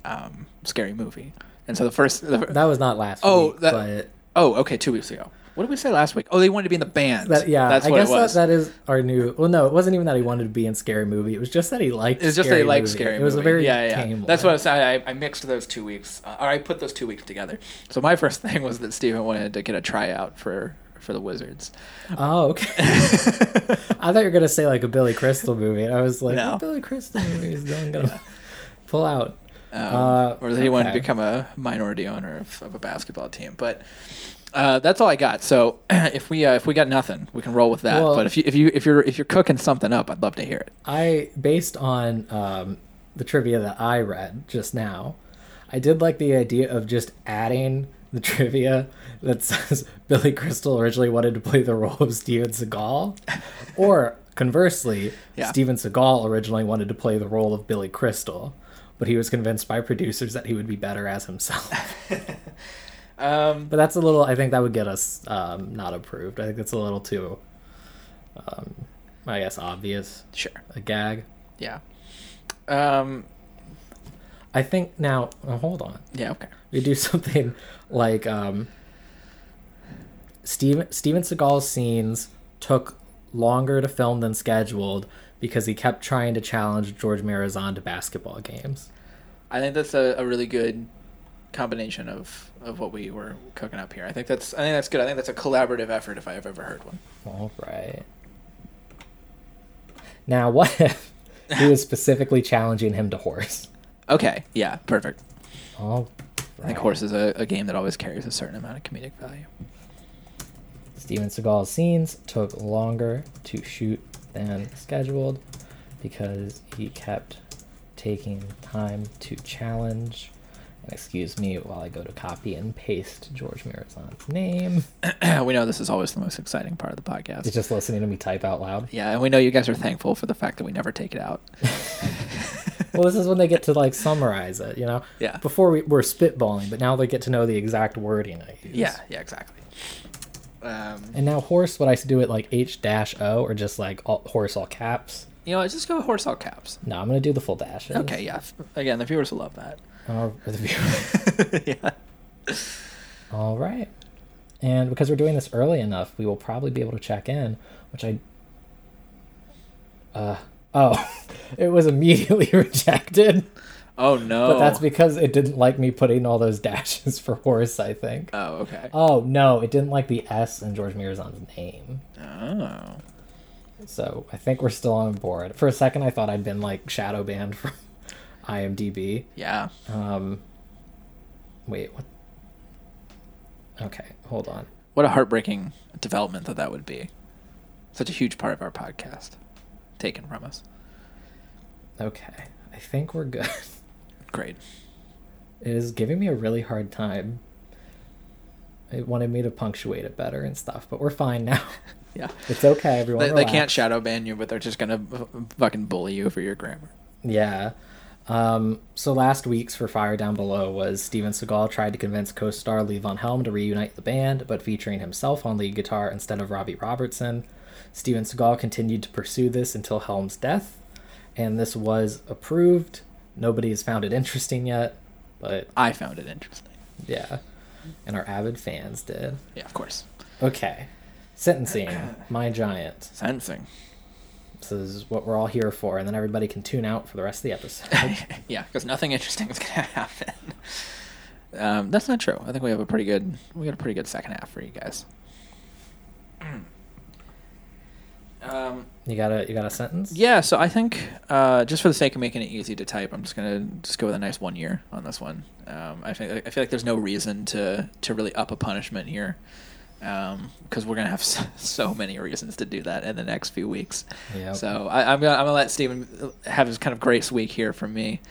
D: um, scary movie, and so the first. The, fir-
C: That was not last
D: Oh,
C: week,
D: that-
C: but
D: oh, okay, two weeks ago. What did we say last week? Oh, they wanted to be in the band.
C: That, yeah,
D: that's
C: I
D: what
C: guess
D: it was.
C: That, that is our new. Well, no, it wasn't even that he wanted to be in scary movie. It was just that he liked.
D: it's just
C: scary
D: they like
C: movie.
D: scary.
C: It was a
D: Movie.
C: very
D: yeah, yeah.
C: tame
D: That's
C: one.
D: what I said. I, I mixed those two weeks, uh, or I put those two weeks together. So my first thing was that Stephen wanted to get a tryout for for the Wizards.
C: Oh, okay. I thought you were gonna say like a Billy Crystal movie, and I was like,
E: No.
C: what Billy Crystal movie is Dylan gonna pull out?
D: um,
C: Uh,
D: or that he wanted to
C: okay.
D: become a minority owner of, of a basketball team. But uh, that's all I got. So if we uh, if we got nothing, we can roll with that.
C: Well-
D: but if you if you if you're if you're cooking something up, I'd love to hear it.
C: I based on um, the trivia that I read just now, I did like the idea of just adding the trivia that says Billy Crystal originally wanted to play the role of Steven Seagal, or conversely,
D: Yeah.
C: Steven Seagal originally wanted to play the role of Billy Crystal, but he was convinced by producers that he would be better as himself.
D: Um,
C: But that's a little. I think that would get us um, not approved. I think that's a little too, um, I guess, obvious
D: sure.
C: a gag.
D: Yeah. Um,
C: I think now. oh, hold on.
D: yeah. Okay.
C: We do something like um, Steven Steven Seagal's scenes took longer to film than scheduled because he kept trying to challenge George Marizon to basketball games.
D: I think that's a, a really good combination of, of what we were cooking up here. I think that's I think that's good. I think that's a collaborative effort if I have ever heard one.
C: All right. Now, what if he was specifically challenging him to horse?
D: Okay. Yeah. Perfect.
C: All
D: I think horse is a, a game that always carries a certain amount of comedic value.
C: Steven Seagal's scenes took longer to shoot than scheduled because he kept taking time to challenge. And excuse me while I go to copy and paste George Marizon's name.
D: we know this is always the most exciting part of the podcast.
C: It's just listening to me type out loud.
D: yeah, and we know you guys are thankful for the fact that we never take it out.
C: Well, this is when they get to like summarize it, you know?
D: Yeah.
C: Before we were spitballing, but now they get to know the exact wording I use.
D: Yeah. Yeah. Exactly. Um,
C: And now horse, would I do it like H dash O or just like all, horse all caps?
D: you know, just go horse all caps.
C: No, I'm gonna do the full dashes.
D: Okay. Yeah. F- Again, the viewers will love that.
C: Or the viewer.
D: yeah.
C: All right. And because we're doing this early enough, we will probably be able to check in, which I. Uh, oh, it was immediately rejected.
D: Oh no.
C: But that's because it didn't like me putting all those dashes for horse, I think.
D: Oh okay.
C: Oh, no, it didn't like the S in George Mirazon's name.
D: Oh.
C: So I think we're still on board. For a second, I thought I'd been like shadow banned from IMDb.
D: Yeah.
C: Um, wait, what? Okay, hold on.
D: What a heartbreaking development that that would be. Such a huge part of our podcast taken from us.
C: Okay, I think we're good.
D: Great.
C: It is giving me a really hard time. It wanted me to punctuate it better and stuff, but we're fine now.
D: Yeah.
C: It's okay, everyone.
D: They, they
C: relax.
D: can't shadow ban you, but they're just going to fucking bully you for your grammar.
C: Yeah. Um, so last week's for Fire Down Below was Steven Seagal tried to convince co-star Lee Von Helm to reunite the band, but featuring himself on lead guitar instead of Robbie Robertson. Steven Seagal continued to pursue this until Helm's death, and this was approved. Nobody has found it interesting yet, but
D: I found it interesting.
C: yeah, and our avid fans did.
D: Yeah, of course.
C: Okay. Sentencing, my giant.
D: Sentencing.
C: This is what we're all here for, and then everybody can tune out for the rest of the episode.
D: yeah, because nothing interesting is going to happen. Um, that's not true. I think we have a pretty good we got a pretty good second half for you guys. Um,
C: you got a you got a sentence?
D: Yeah, so I think uh, just for the sake of making it easy to type, I'm just gonna just go with a nice one year on this one. Um, I think I feel like there's no reason to to really up a punishment here because we're gonna have so, so many reasons to do that in the next few weeks.
C: Yep.
D: So Oh, I, I'm gonna I'm gonna let Steven have his kind of grace week here from me,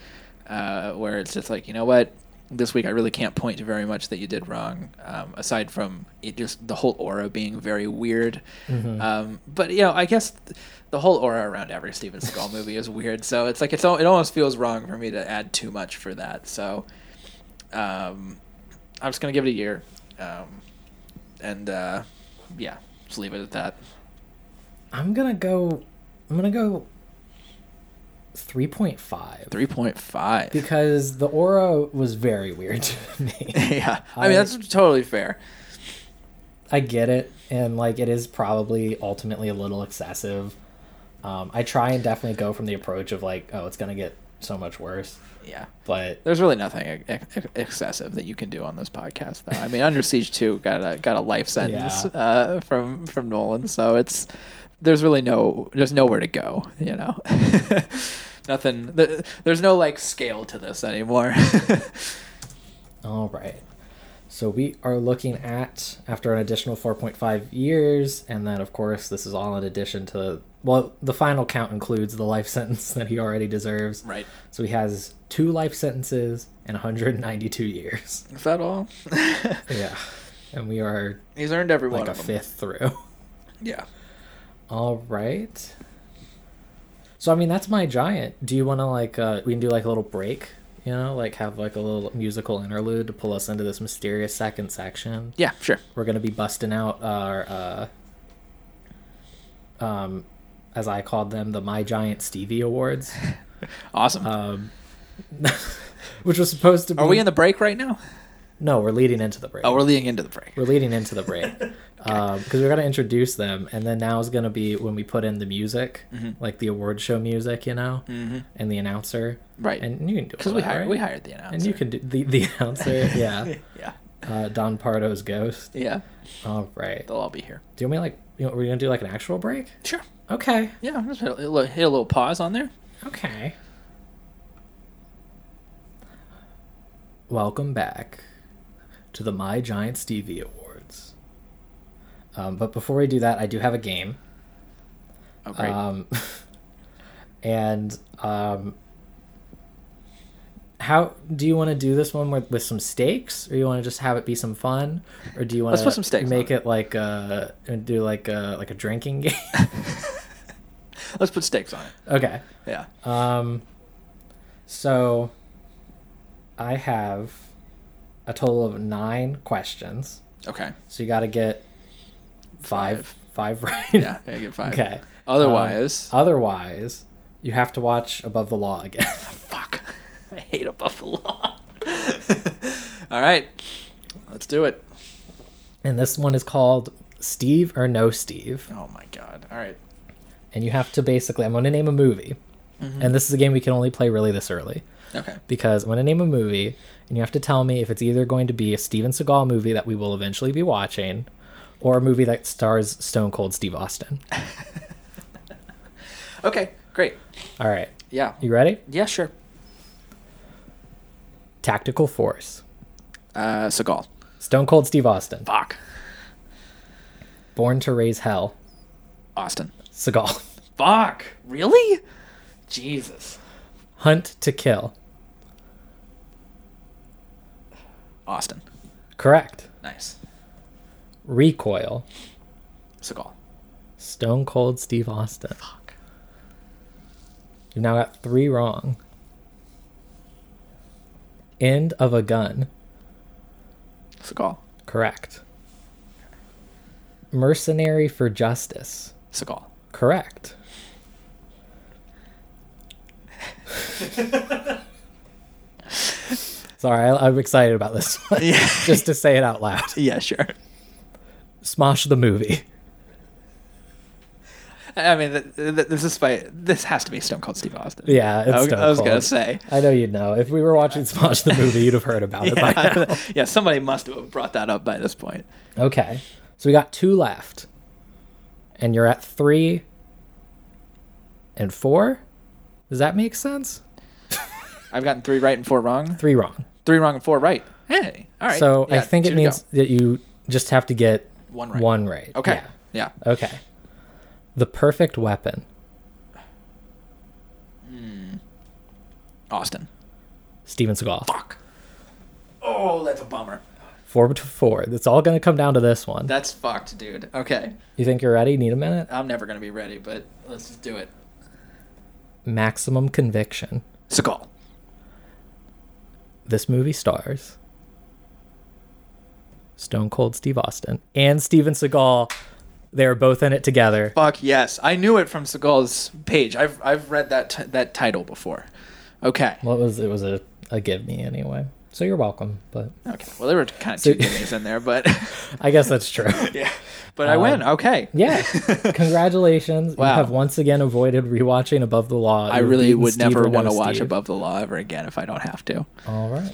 D: uh, where it's just like you know what. This week, I really can't point to very much that you did wrong, um, aside from it just the whole aura being very weird. Um, but you know, I guess th- the whole aura around every Steven Seagal movie is weird. So it's like it's al- it almost feels wrong for me to add too much for that. So um, I'm just gonna give it a year, um, and uh, yeah, just leave it at that.
C: I'm gonna go. I'm gonna go. Three point five
D: Three point five.
C: because the aura was very weird to me.
D: yeah, I mean that's totally fair.
C: I get it, and like it is probably ultimately a little excessive. Um, I try and definitely go from the approach of like, oh, it's gonna get so much worse,
D: Yeah.
C: but
D: There's really nothing ex- ex- excessive that you can do on this podcast, though. I mean, Under Siege Two got a got a life sentence
C: Yeah.
D: uh, from from Nolan, so it's there's really no there's nowhere to go you know nothing there, there's no like scale to this anymore
C: All right. So we are looking at after an additional 4.5 years, and then of course this is all in addition to well, the final count includes the life sentence that he already deserves.
D: Right.
C: So he has two life sentences and 192 years.
D: is that all
C: yeah. And we are
D: he's earned every
C: like
D: one
C: a
D: of them
C: fifth through.
D: yeah
C: All right. So I mean that's my giant. Do you want to like uh we can do like a little break, you know, like have like a little musical interlude to pull us into this mysterious second section.
D: yeah sure
C: We're going to be busting out our uh um as I called them the My Giant Stevie Awards,
D: awesome
C: um which was supposed to be
D: are we in the break right now
C: No, we're leading into the break.
D: oh we're leading into the break
C: We're leading into the break Um, because we're gonna introduce them, and then now is gonna be when we put in the music,
D: Mm-hmm.
C: like the award show music, you know, mm-hmm. and the announcer,
D: Mm. Right.
C: And you can do it
D: because we
C: all
D: hired
C: right?
D: we hired the announcer
C: and you can do the the announcer, yeah.
D: yeah
C: Uh, Don Pardo's ghost.
D: yeah
C: All right.
D: they'll all be here
C: Do you want me like you know, we're gonna do like an actual break?
D: sure
C: Okay.
D: yeah just hit a, little- hit a little pause on there
C: Okay. Welcome back to the My Giant Stevie Awards. Um, but before we do that, I do have a game.
D: oh great
C: Um, and um, how do you want to do this one with, with some stakes, or you want to just have it be some fun, or do you want
D: Let's
C: to
D: put some stakes
C: make
D: on
C: it like a and do like a like a drinking game?
D: let's put stakes on it
C: okay.
D: yeah
C: Um, so I have a total of nine questions.
D: okay
C: So you got to get five, five right.
D: yeah I get five
C: Okay.
D: otherwise
C: Um, otherwise, you have to watch Above the Law again.
D: uh, Fuck. I hate a buffalo. All right. Let's do it.
C: and this one is called Steve or No Steve.
D: Oh my god. All right.
C: And you have to basically, I'm going to name a movie.
D: Mm-hmm.
C: And this is a game we can only play really this early.
D: Okay.
C: Because I'm going to name a movie, and you have to tell me if it's either going to be a Steven Seagal movie that we will eventually be watching, or a movie that stars Stone Cold Steve Austin.
D: Okay. Great.
C: All right.
D: Yeah.
C: You ready?
D: Yeah, sure.
C: Tactical Force.
D: Uh Seagal.
C: Stone Cold Steve Austin.
D: Fuck.
C: Born to Raise Hell.
D: Austin.
C: Seagal.
D: Fuck. Really? Jesus.
C: Hunt to Kill.
D: Austin.
C: Correct.
D: Nice.
C: Recoil.
D: Seagal.
C: Stone Cold Steve Austin.
D: Fuck.
C: You've now got three wrong. End of a gun.
D: Seagal.
C: Correct. Mercenary for Justice.
D: Seagal.
C: Correct. Sorry, I, I'm excited about this one.
D: Yeah.
C: Just to say it out loud.
D: Yeah, sure.
C: Smosh the movie.
D: I I mean, th- th- this is by this has to be Stone Cold Steve Austin.
C: Yeah, it's
D: I, was-
C: Stone
D: I was gonna
C: Cold.
D: say.
C: I know you'd know. If we were watching Smosh the movie, you'd have heard about it by now.
D: Yeah, yeah, somebody must have brought that up by this point.
C: Okay. So we got two left. And you're at three and four? Does that make sense?
D: I've gotten three right and four wrong.
C: Three wrong.
D: Three wrong and four right. Hey, all right.
C: so I
D: Yeah,
C: think
D: two
C: it
D: to
C: means
D: go.
C: that you just have to get
D: One right.
C: One right.
D: okay. Yeah.
C: Yeah. Okay. The perfect weapon.
D: Austin.
C: Steven Seagal.
D: Fuck. Oh, that's a bummer.
C: Four to four. It's all going to come down to this one.
D: That's fucked, dude. Okay,
C: you think you're ready? Need a minute?
D: I'm never gonna be ready, but let's just do it.
C: Maximum conviction.
D: Seagal.
C: This movie stars Stone Cold Steve Austin and Steven Seagal. They're both in it together.
D: Fuck yes, I knew it from Seagal's page. I've I've read that t- that title before. Okay.
C: Well, it was it was a, a give me anyway. So you're welcome, but
D: Okay. Well, there were kind of
C: So-
D: two gimmies in there, but
C: I guess that's true.
D: yeah. But I win. Okay.
C: Um, yeah, congratulations! You
D: Wow.
C: have once again avoided rewatching Above the Law.
D: I
C: You've
D: really
C: beaten
D: would
C: Steve
D: never
C: or
D: want to
C: No
D: watch
C: Steve.
D: Above the Law ever again if I don't have to.
C: All right.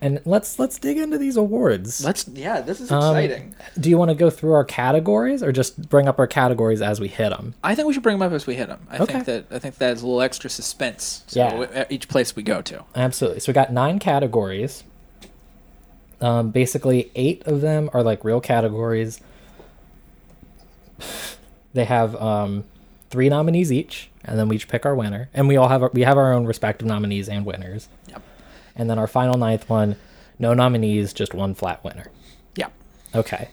C: and let's let's dig into these awards.
D: Let's. Yeah, this is
C: Um,
D: exciting.
C: Do you want to go through our categories, or just bring up our categories as we hit them?
D: I think we should bring them up as we hit them. I
C: Okay.
D: think that I think that is a little extra suspense. So
C: Yeah.
D: w- at each place we go to.
C: Absolutely. So we got nine categories. Um, basically, eight of them are like real categories. They have um, three nominees each, and then we each pick our winner, and we all have our, we have our own respective nominees and winners.
D: Yep.
C: And then our final ninth one, no nominees, just one flat winner.
D: Yeah.
C: Okay.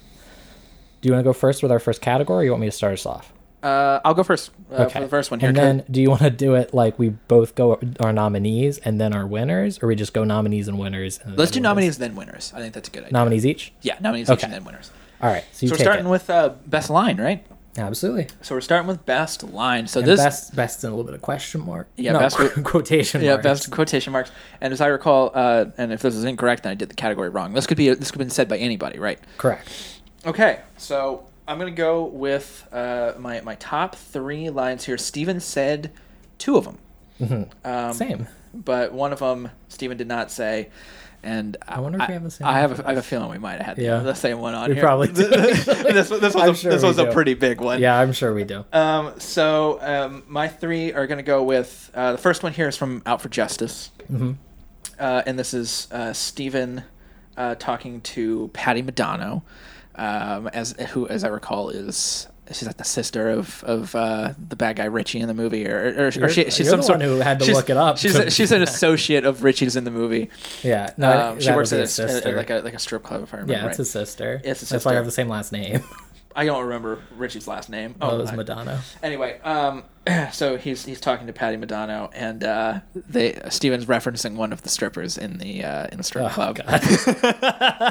C: Do you want to go first with our first category? Or you want me to start us off?
D: Uh, I'll go first uh,
C: okay.
D: for the first one here.
C: and then, do you want to do it like we both go our nominees and then our winners, or we just go nominees and winners? And
D: Let's do
C: then winners?
D: nominees then winners. I think that's a good idea.
C: nominees each.
D: yeah, nominees
C: Okay.
D: and then winners.
C: All right, so you
D: So we're
C: take
D: starting
C: it.
D: with uh, best line, right?
C: absolutely.
D: So we're starting with best line. So
C: And
D: this
C: best, best, and a little bit of question mark.
D: Yeah,
C: Not
D: best with-
C: qu- quotation.
D: Yeah,
C: marks.
D: best quotation marks. And as I recall, uh, and if this is incorrect, then I did the category wrong. This could be this could have been said by anybody, right?
C: Correct.
D: Okay, so I'm gonna go with uh, my my top three lines here. Steven said two of them, um,
C: Mm-hmm. Same.
D: but one of them Steven did not say. And I
C: wonder if we have the same one
D: I have a, I have a feeling we might have had the,
C: Yeah.
D: the same one on
C: We
D: here.
C: probably do.
D: this this was
C: I'm
D: a,
C: sure
D: this
C: we
D: was a
C: do.
D: pretty big one.
C: Yeah, I'm sure we do.
D: Um, so um, my three are going to go with uh, the first one here is from Out for Justice, mm-hmm. uh, and this is uh, Stephen uh, talking to Patty Madonna, um, as who, as I recall, is she's like the sister of of uh, the bad guy Richie in the movie, or, or, or she,
C: You're-
D: she's
C: you're
D: some
C: the
D: sort
C: one who had to
D: she's-
C: look it up.
D: She's a, she's an associate of Richie's in the movie.
C: Yeah, no, I-
D: Um, she
C: that
D: works
C: would be
D: at a,
C: his sister.
D: at like a like a strip club if I remember.
C: yeah, it's
D: right.
C: his sister.
D: It's his
C: That's why
D: sister.
C: I have the same last name.
D: I don't remember Richie's last name.
C: Oh, it was
D: I-
C: Madonna.
D: anyway, um, so he's he's talking to Patty Madonna, and uh, they Steven's referencing one of the strippers in the uh, in the strip
C: Oh,
D: club,
C: God.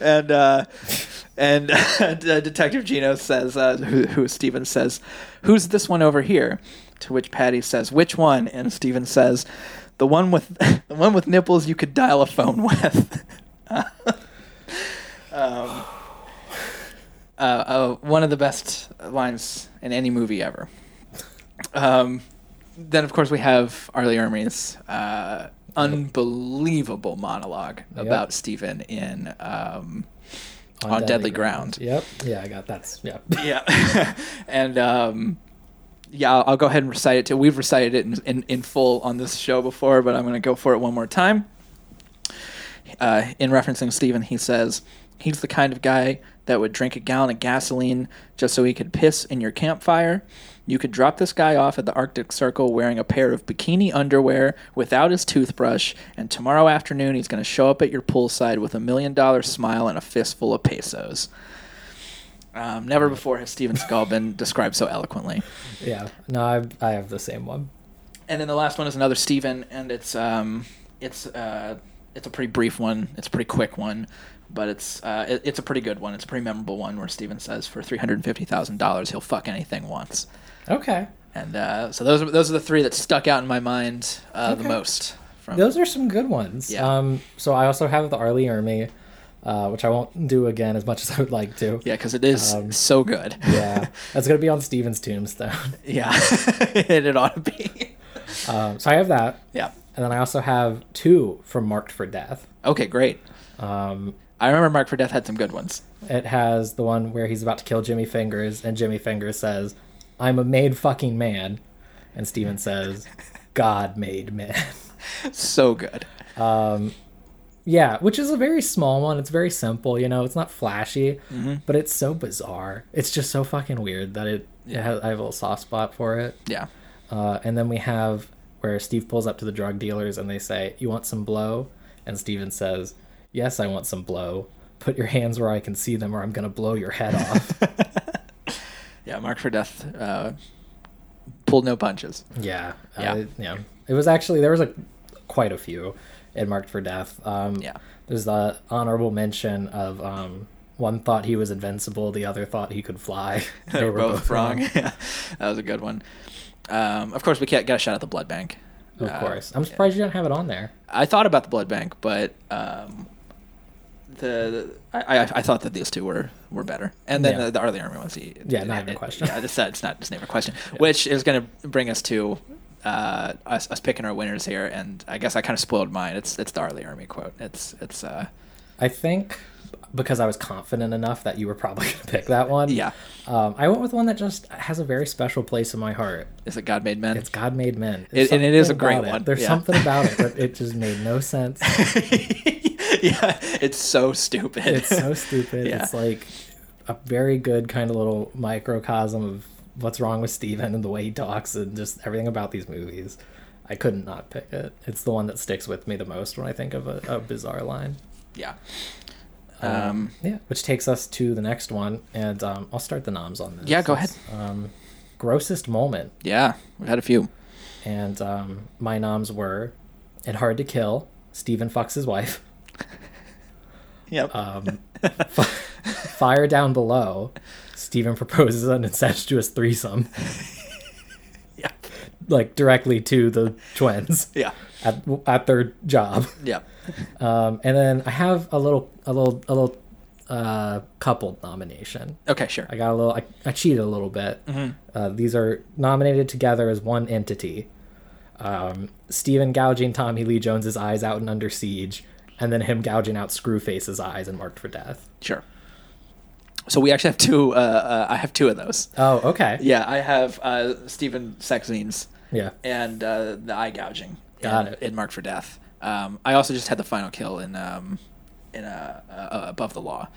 D: and uh, and uh, Detective Gino says, uh, who, who Steven says, "Who's this one over here?" To which Patty says, "Which one?" And Steven says, "The one with the one with nipples you could dial a phone with." um, uh, uh, one of the best lines in any movie ever. Um, then, of course, we have Arlie Ermey's uh, unbelievable monologue
C: Yep.
D: about Stephen in um,
C: On
D: on,
C: Deadly
D: Deadly, Ground.
C: Yep. Yeah, I got that's yeah.
D: Yeah, and um, yeah, I'll, I'll go ahead and recite it. Too. We've recited it in, in, in full on this show before, but I'm going to go for it one more time. Uh, in referencing Steven, he says he's the kind of guy that would drink a gallon of gasoline just so he could piss in your campfire. You could drop this guy off at the Arctic Circle wearing a pair of bikini underwear without his toothbrush, and tomorrow afternoon he's going to show up at your poolside with a million dollar smile and a fistful of pesos. Um, never before has Steven Seagal been described so eloquently.
C: Yeah. No, I I have the same one.
D: And then the last one is another Steven, and it's um, it's uh, it's a pretty brief one. It's a pretty quick one, but it's uh, it, it's a pretty good one. It's a pretty memorable one where Steven says for three hundred and fifty thousand dollars he'll fuck anything once.
C: Okay.
D: And uh, so those are, those are the three that stuck out in my mind uh, the
C: Okay.
D: most. From
C: Those are some good ones.
D: Yeah.
C: Um, so I also have the Arlie Ermy, uh, which I won't do again as much as I would like to.
D: yeah, because it is
C: Um,
D: so good.
C: Yeah. That's gonna be on Steven's tombstone.
D: yeah, it, it ought to be.
C: Um, so I have that,
D: yeah.
C: and then I also have two from Marked for Death.
D: Okay, great.
C: Um,
D: I remember Mark for Death had some good ones.
C: it has the one where he's about to kill Jimmy Fingers, and Jimmy Fingers says, "I'm a made fucking man," and Steven says, "God made man."
D: So good.
C: Yeah, which is a very small one. It's very simple, you know. It's not flashy, but it's so bizarre. It's just so fucking weird that it, it has, I have a little soft spot for it.
D: Yeah.
C: Uh, and then we have where Steve pulls up to the drug dealers and they say, "You want some blow?" And Steven says, "Yes, I want some blow. Put your hands where I can see them, or I'm gonna blow your head off."
D: Yeah, Mark for Death uh, pulled no punches.
C: yeah,
D: Yeah.
C: uh, yeah. It was actually there was a quite a few in marked for death. Um,
D: Yeah.
C: There's the honorable mention of um, one thought he was invincible, the other thought he could fly.
D: They were both, wrong. yeah, that was a good one. Um, of course, we can't get a shot at the blood bank.
C: Of
D: Uh,
C: course. I'm surprised you don't have it on there.
D: I thought about the blood bank, but um, the I, I, I thought that these two were were better. And then
C: Yeah.
D: the, the Arlie Army ones. he-
C: Yeah, not even a
D: it-
C: question.
D: Yeah, it's, not- it's not it's not even a question. Which is going to bring us to uh, us, us picking our winners here, and I guess I kind of spoiled mine. It's it's the Arlie Army quote. It's it's uh,
C: I think because I was confident enough that you were probably going to pick that one.
D: Yeah.
C: Um, I went with one that just has a very special place in my heart.
D: is it God made men?
C: It's God made men.
D: It- and it is a
C: something
D: great
C: about it.
D: one,
C: There's
D: yeah.
C: something about it that it just made no sense.
D: yeah, it's so stupid.
C: It's so stupid.
D: Yeah.
C: It's like a very good kind of little microcosm of what's wrong with Steven and the way he talks and just everything about these movies. I couldn't not pick it. It's the one that sticks with me the most when I think of a, a bizarre line.
D: yeah.
C: Um,
D: Um,
C: yeah, which takes us to the next one, and um, I'll start the noms on this.
D: Yeah, go ahead.
C: Um, grossest moment,
D: yeah, we've had a few.
C: and um, my noms were, "And Hard to Kill," Stephen fucks his wife,
D: Yep.
C: um, fi "Fire Down Below," Stephen proposes an incestuous threesome,
D: yeah.
C: like directly to the twins
D: Yeah.
C: at at their job.
D: Yeah.
C: Um, and then I have a little, a little, a little uh, coupled nomination.
D: Okay, sure.
C: I got a little. I, I cheated a little bit. Uh, these are nominated together as one entity. Um, Steven gouging Tommy Lee Jones's eyes out in Under Siege, and then him gouging out Screwface's eyes and Marked for Death.
D: Sure. So we actually have two. Uh, uh, I have two of those.
C: Oh, okay.
D: Yeah, I have uh, Stephen sex scenes
C: Yeah.
D: and uh, the eye gouging.
C: Got
D: in,
C: it.
D: In Mark for Death. Um, I also just had the final kill in um, in uh, uh, Above the Law.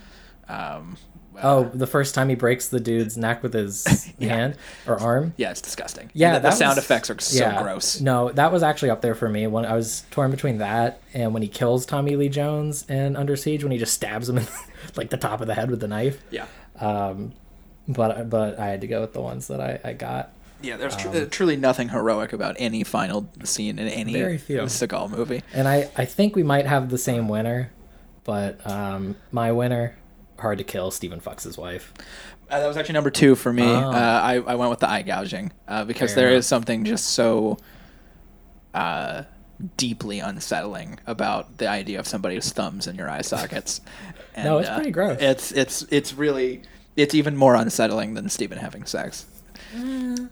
D: Um,
C: Oh, the first time he breaks the dude's neck with his
D: Yeah.
C: hand or arm.
D: yeah, it's disgusting.
C: Yeah,
D: And the, the
C: that
D: sound
C: was-
D: effects are so
C: yeah.
D: gross.
C: No, that was actually up there for me when I was torn between that and when he kills Tommy Lee Jones and Under Siege when he just stabs him in like the top of the head with the knife.
D: Yeah.
C: um but but i had to go with the ones that i i got
D: Yeah, there's
C: Um,
D: tr- uh, truly nothing heroic about any final scene in any
C: Very few.
D: Seagal movie.
C: and i i think we might have the same winner but um my winner hard to kill stephen fox's wife
D: Uh, that was actually number two for me.
C: Oh.
D: Uh, I, I went with the eye gouging uh, because
C: Fair
D: there is
C: enough.
D: something just so uh, deeply unsettling about the idea of somebody's thumbs in your eye sockets. And, uh,
C: No, it's pretty gross.
D: It's it's it's really it's even more unsettling than Stephen having sex.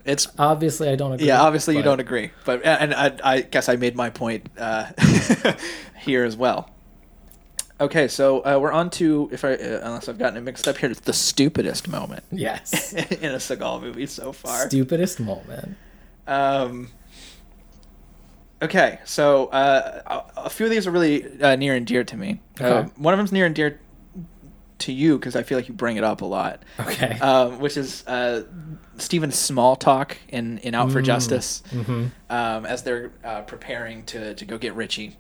D: It's
C: obviously i don't agree
D: yeah, obviously you
C: but-
D: don't agree, but and I, I guess I made my point uh, here as well. Okay, so uh, we're on to if I uh, unless I've gotten it mixed up here, it's the stupidest moment
C: yes
D: in a Seagal movie so far.
C: stupidest moment
D: Um, okay, so uh, a, a few of these are really uh, near and dear to me. Uh,
C: Okay.
D: one of them's near and dear to you because I feel like you bring it up a lot,
C: okay
D: um, which is uh, Stephen's small talk in, in Out for
C: Mm,
D: Justice
C: hmm
D: um, as they're uh, preparing to, to go get Richie.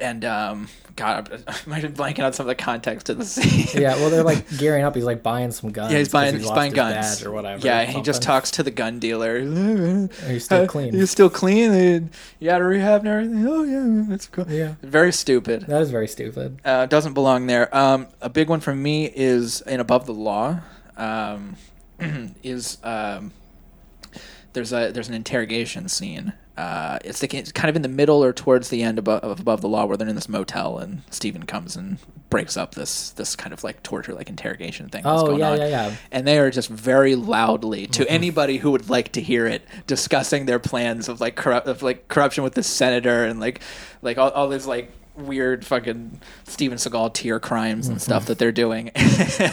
D: And um, God, I'm- I might have blanking on some of the context of the scene.
C: yeah well they're like gearing up he's like buying some guns
D: Yeah, he's
C: 'cause
D: buying
C: he
D: he's
C: lost
D: buying
C: his
D: guns
C: badge or whatever
D: Yeah,
C: or
D: and he just
C: something.
D: talks to the gun dealer.
C: Are you still
D: Uh,
C: clean?
D: You're still clean. And you out of rehab and everything. Oh yeah, that's cool.
C: Yeah.
D: very stupid.
C: that is very stupid
D: Uh, doesn't belong there. Um, a big one for me is in Above the Law. Um, is um, there's a there's an interrogation scene. Uh, it's, the, it's kind of in the middle or towards the end above, of above the law where they're in this motel and Steven comes and breaks up this this kind of like torture like interrogation thing. that's
C: oh
D: going
C: yeah
D: on
C: yeah yeah
D: and they are just very loudly to anybody who would like to hear it discussing their plans of like corrupt of like corruption with the senator and like like all, all these like weird fucking Steven Seagal tier crimes and stuff that they're doing.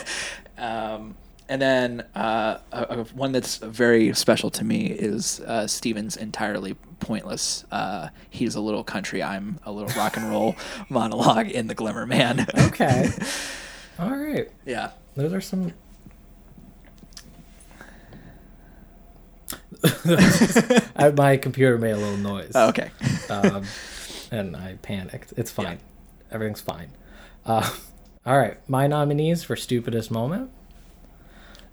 D: um, and then uh, a, a- one that's very special to me is uh, Steven's entirely pointless. Uh, he's a little country, I'm a little rock and roll monologue in the Glimmer Man.
C: Oh. okay all right
D: yeah.
C: Those are some. I, my computer made a little noise.
D: Oh, okay.
C: um, and I panicked. It's fine. Everything's fine. Uh, all right. My nominees for stupidest moment.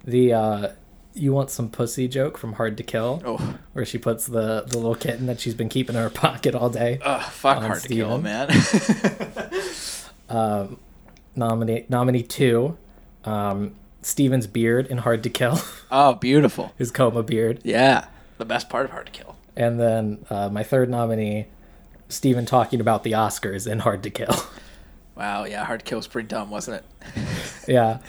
C: The uh, you want some pussy joke from Hard to Kill,
D: Oh.
C: where she puts the the little kitten that she's been keeping in her pocket all day.
D: Ugh, fuck
C: On
D: hard to kill,
C: Steven.
D: man.
C: nominee nominee two, um, Steven's beard in Hard to Kill,
D: oh, beautiful.
C: his coma beard.
D: Yeah, the best part of hard to kill.
C: And then uh, my third nominee, Steven talking about the Oscars in Hard to Kill.
D: Wow, yeah, hard to kill was pretty dumb, wasn't it?
C: yeah.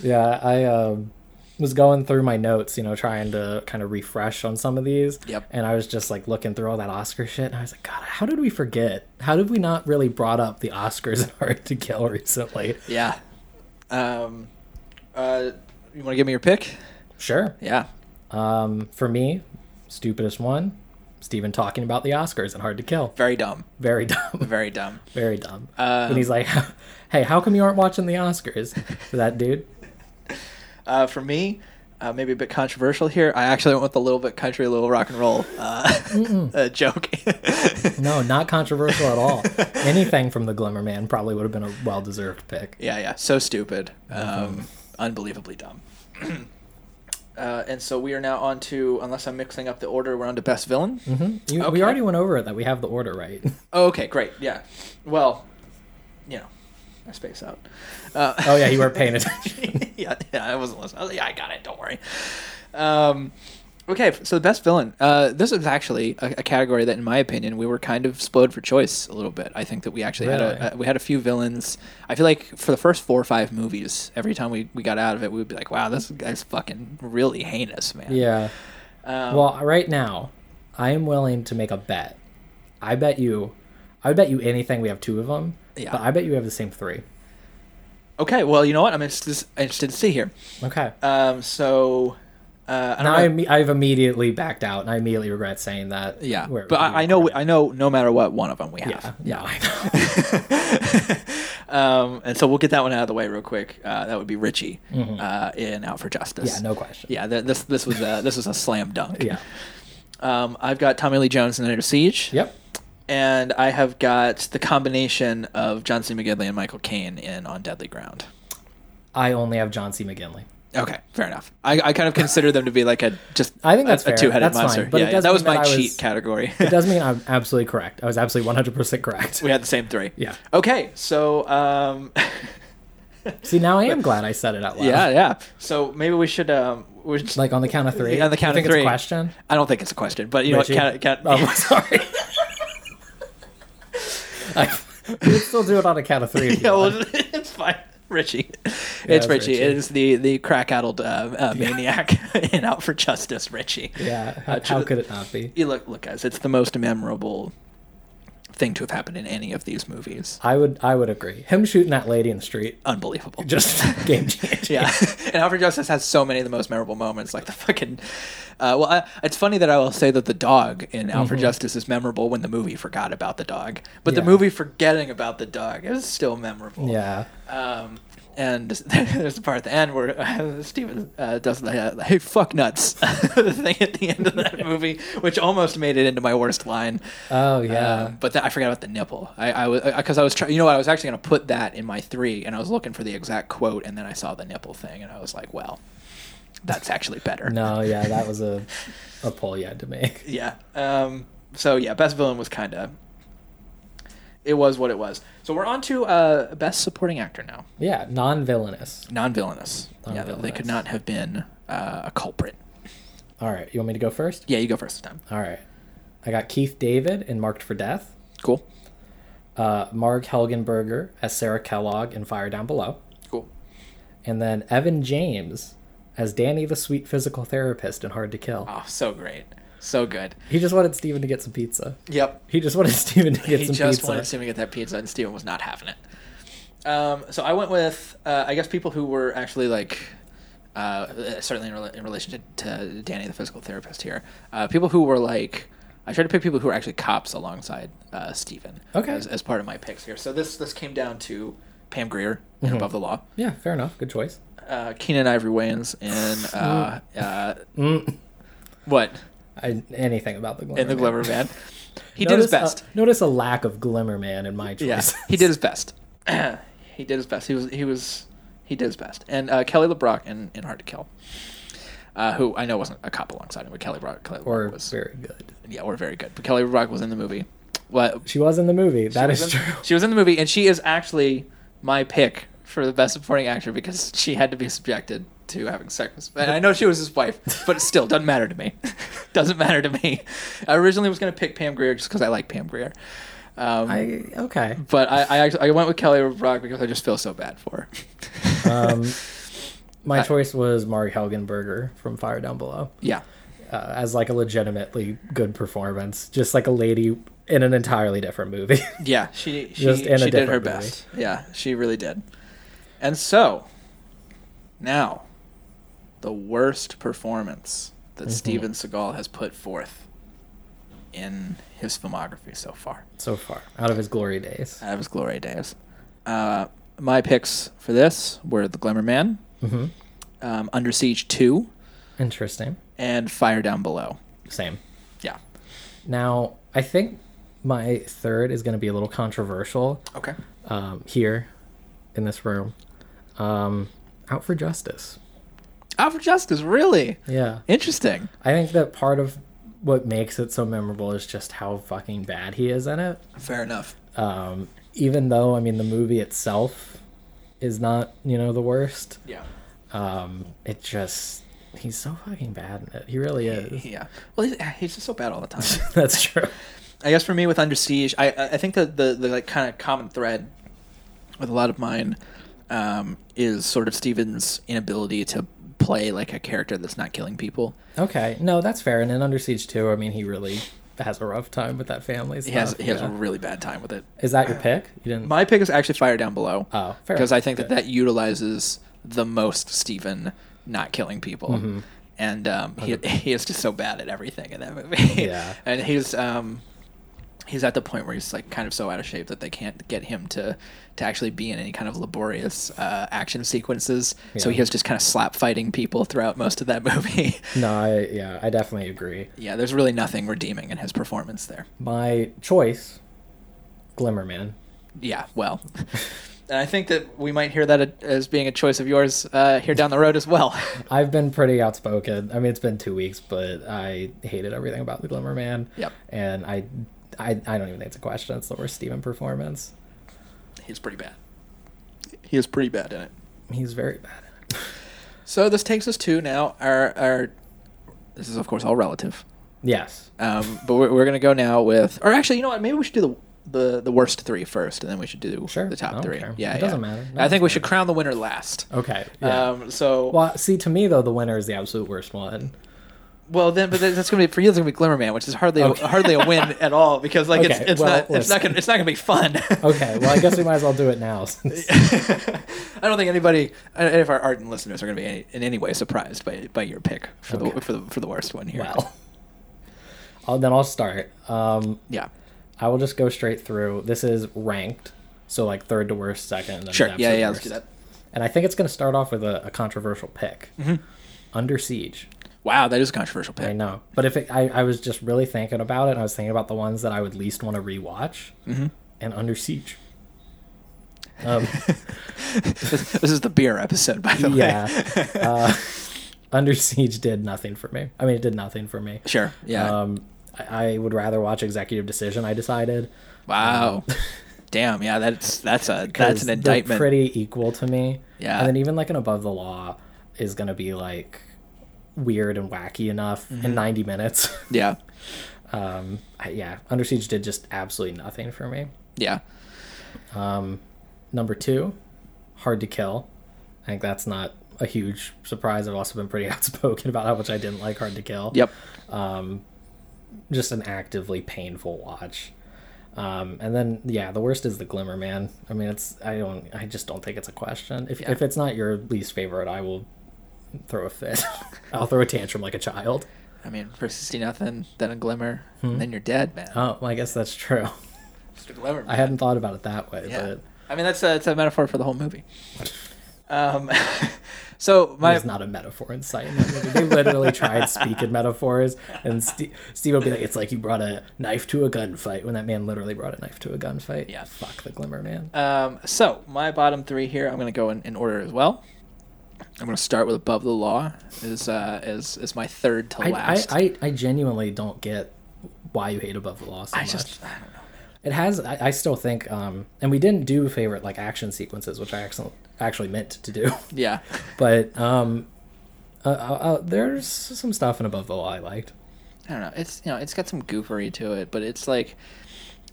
C: Yeah, I um was going through my notes, you know, trying to kind of refresh on some of these.
D: Yep.
C: And I was just like looking through all that Oscar shit, and I was like, God, how did we forget? How did we not really brought up the Oscars in Hard to Kill recently?
D: Yeah. Um, uh, you want to give me your pick?
C: Sure.
D: Yeah.
C: Um, for me, stupidest one, Steven talking about the Oscars and Hard to Kill.
D: Very dumb.
C: Very dumb.
D: Very dumb.
C: Very dumb. and
D: Um,
C: he's like, Hey, how come you aren't watching the Oscars? To that dude.
D: Uh, for me, uh, maybe a bit controversial here. I actually went with a little bit country, a little rock and roll uh, uh, joke.
C: No, not controversial at all. Anything from the Glimmer Man probably would have been a well deserved pick.
D: Yeah, yeah. So stupid. Um, unbelievably dumb. uh, and so we are now on to, unless I'm mixing up the order, we're on to best villain.
C: You,
D: Okay.
C: We already went over it that we have the order right.
D: Oh, okay, great. Yeah. Well, you know, I space out. Uh,
C: Oh yeah, you were paying attention.
D: yeah, yeah, I wasn't listening. I was like, yeah, I got it. Don't worry. Um, okay, so the best villain. Uh, this is actually a, a category that, in my opinion, we were kind of split for choice a little bit. I think that we actually had
C: Really?
D: a, uh, we had a few villains. I feel like for the first four or five movies, every time we, we got out of it, we would be like, wow, this guy's fucking really heinous, man.
C: yeah.
D: Um,
C: well, right now, I am willing to make a bet. I bet you, I would bet you anything. We have two of them.
D: Yeah.
C: But I bet you have the same three.
D: Okay, well, you know what? I'm interested, interested to see here.
C: Okay.
D: Um, so. Uh, I
C: now
D: don't know-
C: I, imme- I've immediately backed out, and I immediately regret saying that.
D: yeah,
C: where-
D: but I, I know I know no matter what one of them we have.
C: Yeah. Yeah. I know.
D: Um, and so we'll get that one out of the way real quick. Uh, that would be Richie uh, in Out for Justice.
C: Mm-hmm. Yeah, no question.
D: Yeah, th- this this was a, this was a slam dunk.
C: Yeah.
D: Um, I've got Tommy Lee Jones in Under Siege.
C: Yep.
D: And I have got the combination of John C. McGinley and Michael Caine in On Deadly Ground.
C: I only have John C. McGinley.
D: Okay, fair enough. I, I kind of consider them to be like a just
C: I think that's
D: a, a
C: fair.
D: two-headed
C: That's fine,
D: monster.
C: but it
D: yeah,
C: does
D: that was
C: mean
D: my
C: that I was-
D: cheat category.
C: It does mean I'm absolutely correct. I was absolutely 100 percent correct.
D: we had the same three.
C: Yeah.
D: Okay, so um,
C: See, now I am glad I said it out loud.
D: yeah, yeah. So maybe we should um, we should
C: Like on the count of three.
D: Yeah, on the
C: You
D: count of
C: think
D: three.
C: It's a question.
D: I don't think it's a question, but you
C: Richie?
D: know what? Count, count,
C: Oh, sorry. I, we'll still do it on a count of three. if you
D: yeah,
C: want.
D: well, it's fine. Richie, it's
C: it's
D: Richie. It
C: Richie.
D: is the the crack addled uh, uh, maniac in Out for Justice, Richie.
C: yeah. How,
D: Uh,
C: how
D: should-
C: could it not be?
D: You look, look, guys. It's the most memorable thing to have happened in any of these movies.
C: I would. I would agree. Him shooting that lady in the street.
D: Unbelievable.
C: Just game changer.
D: yeah. and Out for Justice has so many of the most memorable moments, like the fucking. Uh, well, I, it's funny that I will say that the dog in Out for Justice is memorable when the movie forgot about the dog, but the
C: Mm-hmm. Yeah.
D: movie forgetting about the dog is still memorable.
C: Yeah.
D: Um, and there's the part at the end where uh, Steven uh, does the uh, "Hey fuck nuts" thing at the end of that movie, which almost made it into my worst line.
C: Oh yeah.
D: Um, but that, I forgot about the nipple. I, I was because I was trying. You know what? I was actually going to put that in my three, and I was looking for the exact quote, and then I saw the nipple thing, and I was like, "Well, that's actually better."
C: no. Yeah. That was a a poll you had to make.
D: Yeah. Um, so yeah, best villain was kind of. It was what it was. So we're on to uh, best supporting actor now.
C: Yeah. Non-villainous.
D: non-villainous. Yeah, they- they
C: Non-villainous.
D: could not have been uh, a culprit.
C: All right. You want me to go first?
D: Yeah, you go first this time.
C: All right. I got Keith David in Marked for Death.
D: Cool,
C: Uh, Marg Helgenberger as Sarah Kellogg in Fire Down Below.
D: cool.
C: and then Evan James as Danny the sweet physical therapist in Hard to Kill.
D: Oh, so great, so good.
C: He just wanted Steven to get some pizza.
D: Yep.
C: He just wanted Steven to get
D: he
C: some
D: just
C: pizza.
D: wanted Steven to get that pizza, and Steven was not having it. Um, so I went with, uh, I guess, people who were actually like, uh, uh, certainly in, rela- in relation to, to Danny, the physical therapist here, uh, people who were like, I tried to pick people who were actually cops alongside uh, Steven
C: Okay.
D: as, as part of my picks here. So this this came down to Pam Greer
C: Mm-hmm.
D: in Above the Law.
C: Yeah, fair enough. Good choice.
D: uh, Keenan Ivory Wayans in uh, uh, what
C: I, anything about the Glimmer
D: in the Glover
C: Man.
D: Van. He did
C: Notice uh,
D: his best.
C: A, notice a lack of Glimmer Man in my choice.
D: Yes, he did his best. he did his best. He was he was he did his best. And uh, Kelly LeBrock in, in Hard to Kill, uh, who I know wasn't a cop alongside him, but Kelly LeBrock, Kelly
C: Or
D: LeBrock was
C: very good.
D: yeah, or very good. But Kelly LeBrock was in the movie. What
C: She was in the movie. That
D: was
C: is
D: in-
C: true.
D: She was in the movie, and she is actually my pick for the best supporting actor because she had to be subjected to having sex. with- And I know she was his wife, but it still doesn't matter to me. doesn't matter to me. I originally was going to pick Pam Grier just because I like Pam Grier. Um,
C: I, okay.
D: but I, I actually I went with Kelly Brock because I just feel so bad for her.
C: Um, My
D: I-
C: choice was Mari Helgenberger from Fire Down Below
D: Yeah.
C: uh, as like a legitimately good performance, just like a lady in an entirely different movie.
D: Yeah, she she,
C: Just in a
D: she did her
C: different movie.
D: best. Yeah, she really did. And so now the worst performance that
C: Mm-hmm.
D: Steven Seagal has put forth in his filmography so far
C: so far, out of his glory days.
D: out of his glory days. Uh, my picks for this were The Glimmer Man,
C: hmm
D: um, Under Siege 2,
C: Interesting.
D: and Fire Down Below.
C: Same.
D: Yeah.
C: Now, I think my third is going to be a little controversial
D: Okay.
C: um, here in this room. Um, Out for Justice.
D: Out for Justice, really?
C: Yeah.
D: Interesting.
C: I think that part of what makes it so memorable is just how fucking bad he is in it.
D: Fair enough.
C: Um, even though, I mean, the movie itself is not, you know, the worst.
D: Yeah.
C: Um, it just, he's so fucking bad in it. He really is.
D: Yeah. Well, he's, he's just so bad all the time.
C: That's true.
D: I guess for me with Under Siege, I I I think that the the like kind of common thread with a lot of mine um, is sort of Steven's inability to play like a character that's not killing people.
C: Okay, no, that's fair. And in Under Siege 2, I mean, he really has a rough time with that family.
D: He has
C: stuff,
D: he has
C: yeah.
D: a really bad time with it.
C: Is that your pick? You didn't.
D: My pick is actually Fire Down Below.
C: Oh, fair.
D: because I think that that utilizes the most Steven not killing people.
C: Mm-hmm.
D: And um, he, he is just so bad at everything in that movie.
C: Yeah.
D: and he's um, he's at the point where he's like kind of so out of shape that they can't get him to to actually be in any kind of laborious uh, action sequences. So
C: Yeah.
D: he is just kind of slap fighting people throughout most of that movie.
C: No, I, yeah, I definitely agree.
D: yeah, there's really nothing redeeming in his performance there.
C: My choice, Glimmerman.
D: Yeah, well. And I think that we might hear that as being a choice of yours uh, here down the road as well.
C: I've been pretty outspoken. I mean, it's been two weeks, but I hated everything about the Glimmerman.
D: Yep.
C: And I, I, I don't even think it's a question. It's the worst Steven performance.
D: He's pretty bad. He is pretty bad in it.
C: He's very bad. at it.
D: So this takes us to now our our. This is of course all relative,
C: Yes.
D: um, but we're, we're gonna go now with, or actually, you know what? Maybe we should do the the, the worst three first, and then we should do
C: Sure, I
D: the top
C: don't
D: three.
C: care.
D: Yeah,
C: It doesn't
D: yeah.
C: matter.
D: I think we
C: Doesn't
D: should crown the winner last.
C: Okay. Yeah.
D: Um, so well,
C: well, see, to me though, the winner is the absolute worst one.
D: then, but then that's gonna be for you. It's gonna be Glimmer Man, which is hardly a, hardly a win at all because like it's
C: Okay,
D: it's
C: well,
D: not it's not
C: listen.
D: gonna it's not gonna be fun.
C: Okay. Well, I guess we might as well do it now since
D: I don't think anybody, any of our ardent listeners, are going to be any, in any way surprised by by your pick for the
C: Okay.
D: for the for the worst one here.
C: Well, I'll, then I'll start. Um,
D: yeah,
C: I will just go straight through. This is ranked, so like third to worst, second. And then
D: sure,
C: the
D: yeah,
C: absolute
D: yeah, let's do
C: worst.
D: that.
C: And I think it's going to start off with a, a controversial pick,
D: Mm-hmm.
C: Under Siege.
D: Wow, that is a controversial
C: I
D: pick.
C: know, but if it, I, I was just really thinking about it, and I was thinking about the ones that I would least want to rewatch,
D: Mm-hmm.
C: and Under Siege. Um,
D: this this is the beer episode, by the way.
C: yeah, uh, Under Siege did nothing for me. I mean, it did nothing for me.
D: Sure. Yeah.
C: Um, I, I would rather watch Executive Decision. I decided.
D: wow. Damn. Yeah. That's that's a that's
C: 'cause
D: an
C: um, they're
D: indictment.
C: Pretty equal to me.
D: Yeah.
C: And then even like an above the law is gonna be like weird and wacky enough in 90 minutes.
D: Mm-hmm. Yeah.
C: um, I- yeah, Under Siege did just absolutely nothing for me.
D: Yeah.
C: Number two, Hard to Kill. I think that's not a huge surprise. I've also been pretty outspoken about how much I didn't like Hard to Kill.
D: Yep.
C: Just an actively painful watch. Um, and then yeah, the worst is the Glimmer Man. I mean, it's I don't I just don't think it's a question. If if it's not your least favorite, I will throw a fit. I'll throw a tantrum like a child.
D: I mean, first you see nothing, then a glimmer,
C: Hmm?
D: and then you're dead, man.
C: Oh, well, I guess that's true.
D: Just a glimmer.
C: I hadn't thought about it that way,
D: Yeah.
C: but
D: I mean, that's a, that's a metaphor for the whole movie. Um. so my
C: there's not a metaphor in sight. in that movie. They literally try and speak in metaphors, and Steve, Steve will be like, "It's like you brought a knife to a gunfight." When that man literally brought a knife to a gunfight.
D: Yeah.
C: fuck the Glimmer Man.
D: Um, so my bottom three here, I'm going to go in, in order as well. I'm going to start with above the law is uh, is is my third to
C: I, I,
D: last.
C: I, I genuinely don't get why you hate Above the Law so
D: I
C: much.
D: just I don't know.
C: It has. I, I still think, um, and we didn't do favorite like action sequences, which I actually actually meant to do.
D: Yeah,
C: but um, uh, uh, uh, there's some stuff in Above the Law I liked.
D: I don't know. It's you know it's got some goofery to it, but it's like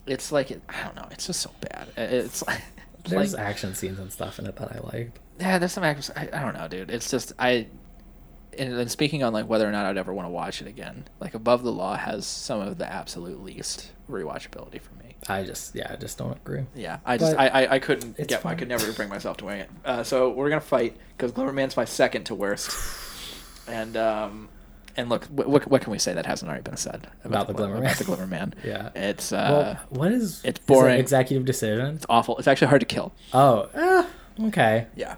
D: it's like I don't know. It's just so bad. It- It's like,
C: There's action scenes and stuff in it that I liked.
D: yeah, there's some actors. I, I don't know, dude. It's just I. And then speaking on like whether or not I'd ever want to watch it again, like Above the Law has some of the absolute least rewatchability for me.
C: I just yeah, I just don't agree.
D: Yeah, I just I,
C: But
D: I I couldn't
C: it's
D: get I
C: fine.
D: could never bring myself to wearing it. Uh, so we're gonna fight because Glimmerman's my second to worst. And um, and look, what what, what can we say that hasn't already been said
C: About the Glimmer
D: about the
C: Man.
D: Glimmerman?
C: Yeah.
D: it's
C: well,
D: uh,
C: what is is
D: it's
C: it
D: boring.
C: executive decision?
D: it's awful. It's actually hard to kill.
C: Oh, eh, okay.
D: Yeah,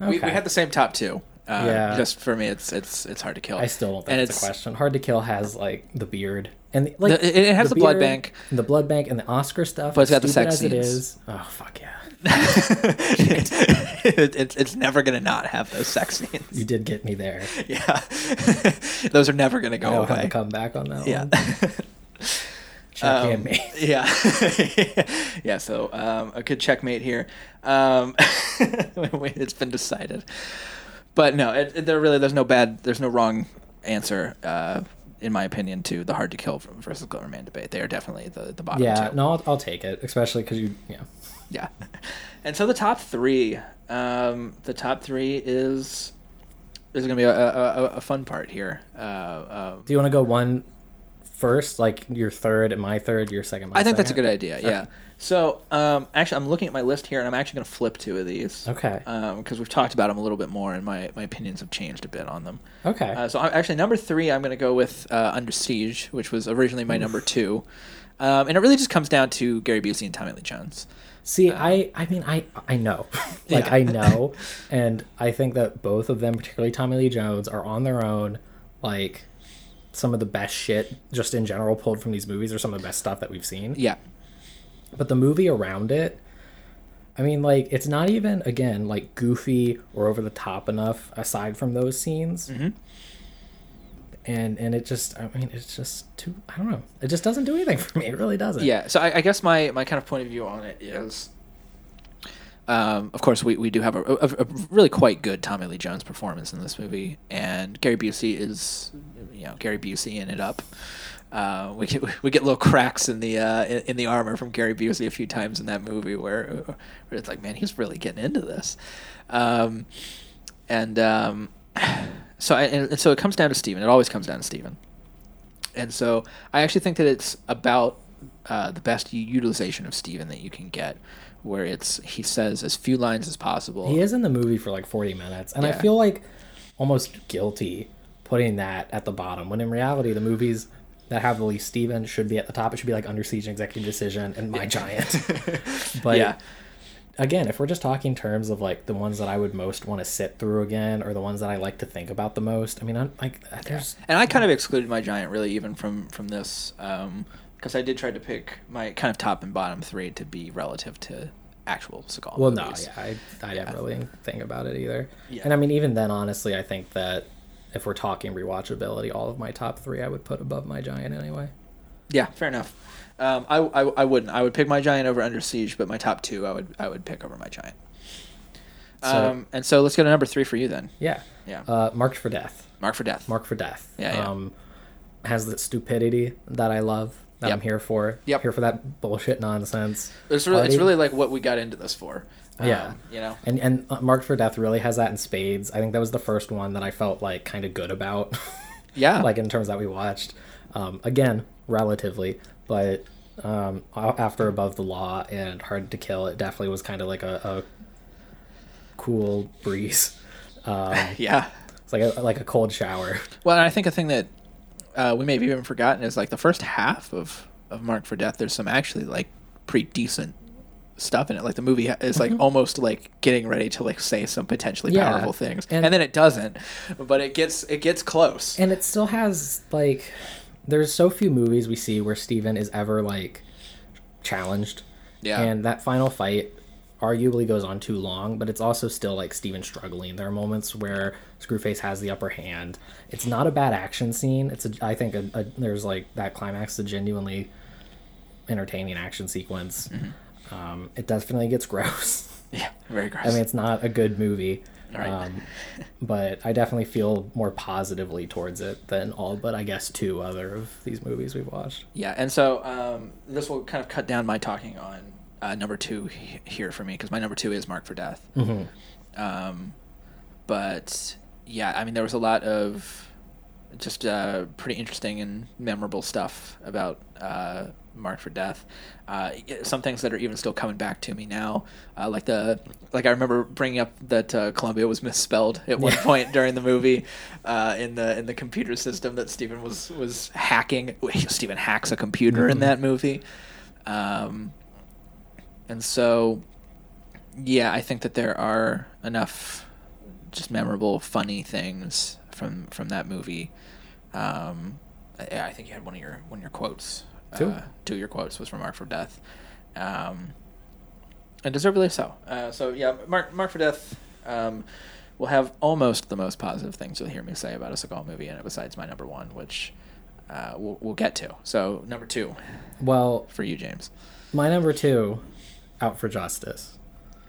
D: we,
C: Okay.
D: we had the same top two. Uh,
C: Yeah.
D: Just for me, it's it's it's hard to kill.
C: I still don't think
D: and
C: it's, a question. Hard to Kill has like the beard and the, like
D: The- it- it has the blood bank.
C: and the blood bank and the Oscar stuff.
D: But it's got the
C: stupid
D: sex
C: as it
D: scenes.
C: is. Oh fuck yeah!
D: It's,
E: it's, it's never going to not have those sex scenes.
C: You did get me there.
E: Yeah. Those are never going to
C: I
E: go
C: don't have
E: away.
C: to come back on that
E: Yeah.
C: one. Check
D: Um,
C: in me.
D: yeah. yeah, so um, a good checkmate here. Um, it's been decided. But no, it, it- there really there's no bad there's no wrong answer uh, in my opinion to the hard to kill versus Glimmerman debate. They are definitely the the bottom
C: Yeah,
D: two.
C: no, I'll, I'll take it, especially because you. Yeah,
D: Yeah. And so the top three, um, the top three is there's gonna be a, a, a, a fun part here. Uh, um,
C: do you want to go one first, like your third and my third, your second? My
D: I think that's a
C: second?
D: good idea. Yeah. So um, actually, I'm looking at my list here, and I'm actually gonna flip two of these.
C: Okay.
D: Because we've talked about them a little bit more, and my, my opinions have changed a bit on them.
C: Okay.
D: Uh, so I'm, actually, number three, I'm going to go with uh, Under Siege, which was originally my number two, um, and it really just comes down to Gary Busey and Tommy Lee Jones.
C: See, I I mean I I know. like
D: Yeah.
C: I know and I think that both of them, particularly Tommy Lee Jones, are on their own like some of the best shit just in general pulled from these movies or some of the best stuff that we've seen.
D: Yeah.
C: But the movie around it I mean like it's not even again like goofy or over the top enough aside from those scenes.
D: Mm-hmm.
C: And and it just I mean it's just too I don't know. It just doesn't do anything for me. It really doesn't.
D: Yeah. So I, I guess my, my kind of point of view on it is, um, of course, we, we do have a, a, a really quite good Tommy Lee Jones performance in this movie, and Gary Busey is, you know, Gary Busey in it up. Uh, we get we get little cracks in the uh, in, in the armor from Gary Busey a few times in that movie where, where it's like, man, he's really getting into this, um, and um, so I, and, and so it comes down to Steven. It always comes down to Steven. And so I actually think that it's about uh, the best u- utilization of Steven that you can get, where it's he says as few lines as possible.
C: He is in the movie for like 40 minutes, and I
D: Yeah.
C: feel like almost guilty putting that at the bottom when in reality, the movies that have the least Steven should be at the top. It should be like Under Siege and Executive Decision and My Giant. but
D: yeah,
C: again, if we're just talking terms of like the ones that I would most want to sit through again or the ones that I like to think about the most, I mean, I'm like, there's.
D: and I kind of excluded my giant really even from from this because I did try to pick my kind of top and bottom three to be relative to actual Seagal.
C: Well, no,
D: movies.
C: yeah, I, I didn't really think about it either.
D: Yeah.
C: And I mean, even then, honestly, I think that if we're talking rewatchability, all of my top three I would put above My Giant anyway.
D: Yeah, fair enough. Um, I, I I wouldn't. I would pick my giant over Under Siege, but my top two I would I would pick over my giant.
C: So-
D: um, and so let's go to number three for you then.
C: Yeah.
D: Yeah.
C: Uh, Marked for Death.
D: Mark for death.
C: Marked for Death.
D: Yeah, yeah.
C: Um, has that stupidity that I love, that I'm
D: Yep.
C: here for.
D: Yep.
C: Here for that bullshit nonsense.
D: It's really, it's
C: Party.
D: really like what we got into this for. Um,
C: Yeah.
D: you know.
C: And and uh, Marked for Death really has that in spades. I think that was the first one that I felt like kind of good about.
D: Yeah.
C: like in terms that we watched. Um, again, relatively, but um, a- after Above the Law and Hard to Kill, it definitely was kind of like a, a cool breeze. Um,
D: Yeah.
C: it's like a, like a cold shower.
D: Well, and I think a thing that uh, we may have even forgotten is like the first half of of Mark for Death. There's some actually like pretty decent stuff in it. Like the movie ha- is like almost like getting ready to like say some potentially
C: Mm-hmm. Yeah.
D: powerful things, and,
C: And-
D: then it doesn't. But it gets it gets close.
C: and it still has like there's so few movies we see where steven is ever like challenged
D: Yeah.
C: and that final fight arguably goes on too long but it's also still like steven struggling there are moments where screwface has the upper hand it's not a bad action scene it's a, i think a, a, there's like that climax a genuinely entertaining action sequence um, it definitely gets gross
D: yeah, very gross.
C: I mean, it's not a good movie.
D: Right.
C: Um, but I definitely feel more positively towards it than all but I guess two other of these movies we've watched.
D: Yeah, and so um, this will kind of cut down my talking on uh, number two he- here for me because my number two is Mark for Death. Um, but yeah, I mean, there was a lot of just uh, pretty interesting and memorable stuff about uh, Mark for Death. Uh, some things that are even still coming back to me now, uh, like the like I remember bringing up that uh, Columbia was misspelled at one point during the movie uh, in the in the computer system that Stephen was was hacking. Stephen hacks a computer in that movie, um, and so yeah, I think that there are enough just memorable, funny things from from that movie. Um, I, I think you had one of your one of your quotes.
C: Two.
D: Uh, two of your quotes was from Mark for Death, um, and deservedly so. Uh, so yeah, Mark Mark for Death um, will have almost the most positive things you'll hear me say about a Seagal movie in it, besides my number one, which uh, we'll, we'll get to. So number two
C: Well,
D: for you, James.
C: my number two, Out for Justice.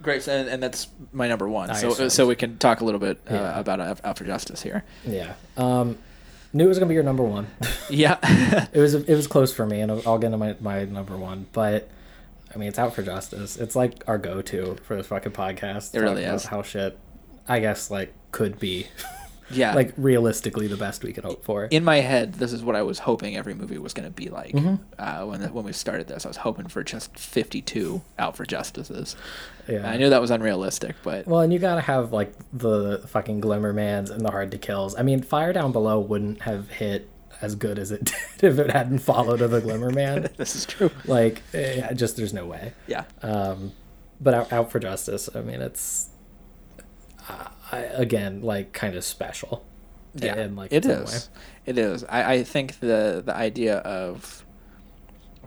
D: Great, and, and that's my number one.
C: I
D: so
C: see.
D: so we can talk a little bit uh,
C: Yeah.
D: about Out Out for Justice here.
C: Yeah. Um, knew it was gonna be your number one.
D: Yeah,
C: it was it was close for me, and I'll get into my, my number one. But I mean, it's out for justice. It's like our go to for this fucking podcast.
D: It really
C: Talk about
D: is.
C: how shit. I guess like could be
D: yeah.
C: like realistically the best we could hope for.
D: in my head, this is what I was hoping every movie was going to be like
C: Mm-hmm.
D: uh, when when we started this. I was hoping for just fifty two Out for Justices.
C: yeah.
D: I knew that was unrealistic, but
C: Well, and you gotta have like the fucking Glimmermans and the Hard to Kills. I mean, Fire Down Below wouldn't have hit as good as it did if it hadn't followed the Glimmerman.
D: this is true.
C: like, eh, just there's no way.
D: Yeah,
C: Um, but out, out for justice. I mean, it's uh, I, again like kind of special.
D: yeah.
C: in, like,
D: it
C: some
D: is. It is. I, I think the the idea of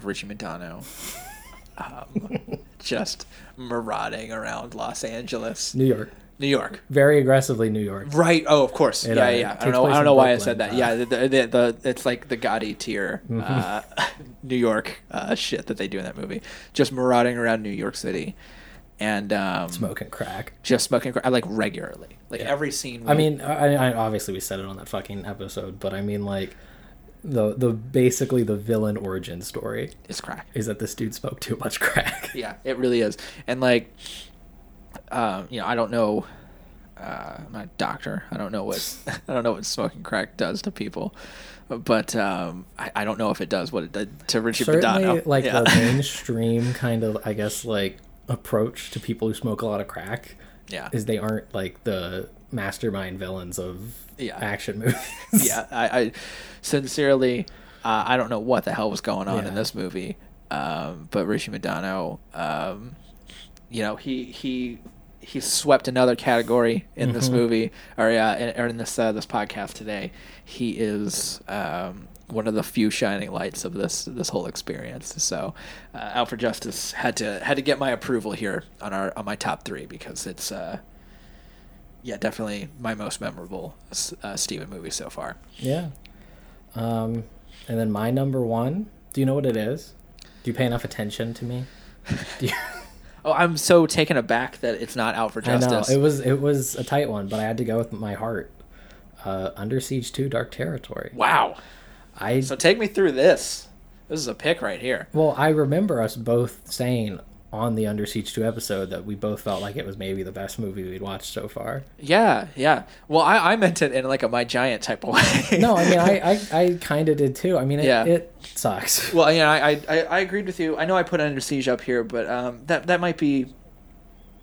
D: Richie Montano. Um, just marauding around Los Angeles,
C: New York,
D: New York,
C: very aggressively New York.
D: Right. Oh, of course.
C: It, uh,
D: yeah, yeah. I
C: takes
D: don't know.
C: place in
D: I don't know why I
C: Brooklyn,
D: said that.
C: uh,
D: yeah. The, the, the, the it's like the Gotti tier uh,
C: Mm-hmm.
D: New York uh, shit that they do in that movie. Just marauding around New York City, and um,
C: Smoking crack.
D: just smoking. cra- like regularly. Like every scene.
C: I mean, I, I obviously we said it on that fucking episode, but I mean like the the basically the villain origin story
D: it's crack.
C: is that this dude smoked too much crack.
D: yeah it really is and like um you know i don't know uh i'm not a doctor i don't know what i don't know what smoking crack does to people but um i, I don't know if it does what it did to richie
C: Certainly,
D: Padano.
C: like
D: yeah.
C: the mainstream kind of, I guess, like approach to people who smoke a lot of crack
D: yeah
C: is they aren't like the mastermind villains of
D: Yeah.
C: action movies.
D: yeah i, I sincerely uh, i don't know what the hell was going on
C: Yeah.
D: in this movie um but richie Madano, um you know he he he swept another category in this
C: Mm-hmm.
D: movie or yeah in, or in this uh, this podcast today he is um one of the few shining lights of this this whole experience. So, uh, Out for Justice had to had to get my approval here on our on my top three because it's uh, yeah definitely my most memorable S- uh, Steven movie so far.
C: yeah. Um, and then my number one. Do you know what it is? Do you pay enough attention to me? Do you-
D: Oh, I'm so taken aback that it's not out for
C: I know
D: justice.
C: it was it was a tight one, but I had to go with my heart. Uh, Under Siege Two: Dark Territory.
D: wow.
C: I
D: So take me through this. This is a pick right here.
C: Well, I remember us both saying on the Under Siege 2 episode that we both felt like it was maybe the best movie we'd watched so far.
D: Yeah, yeah. Well, I, I meant it in like a my giant type of way.
C: No, I mean, I, I, I kind of did too. I mean, it,
D: Yeah.
C: it sucks.
D: well, yeah, I, I I I agreed with you. I know I put Under Siege up here, but um, that that might be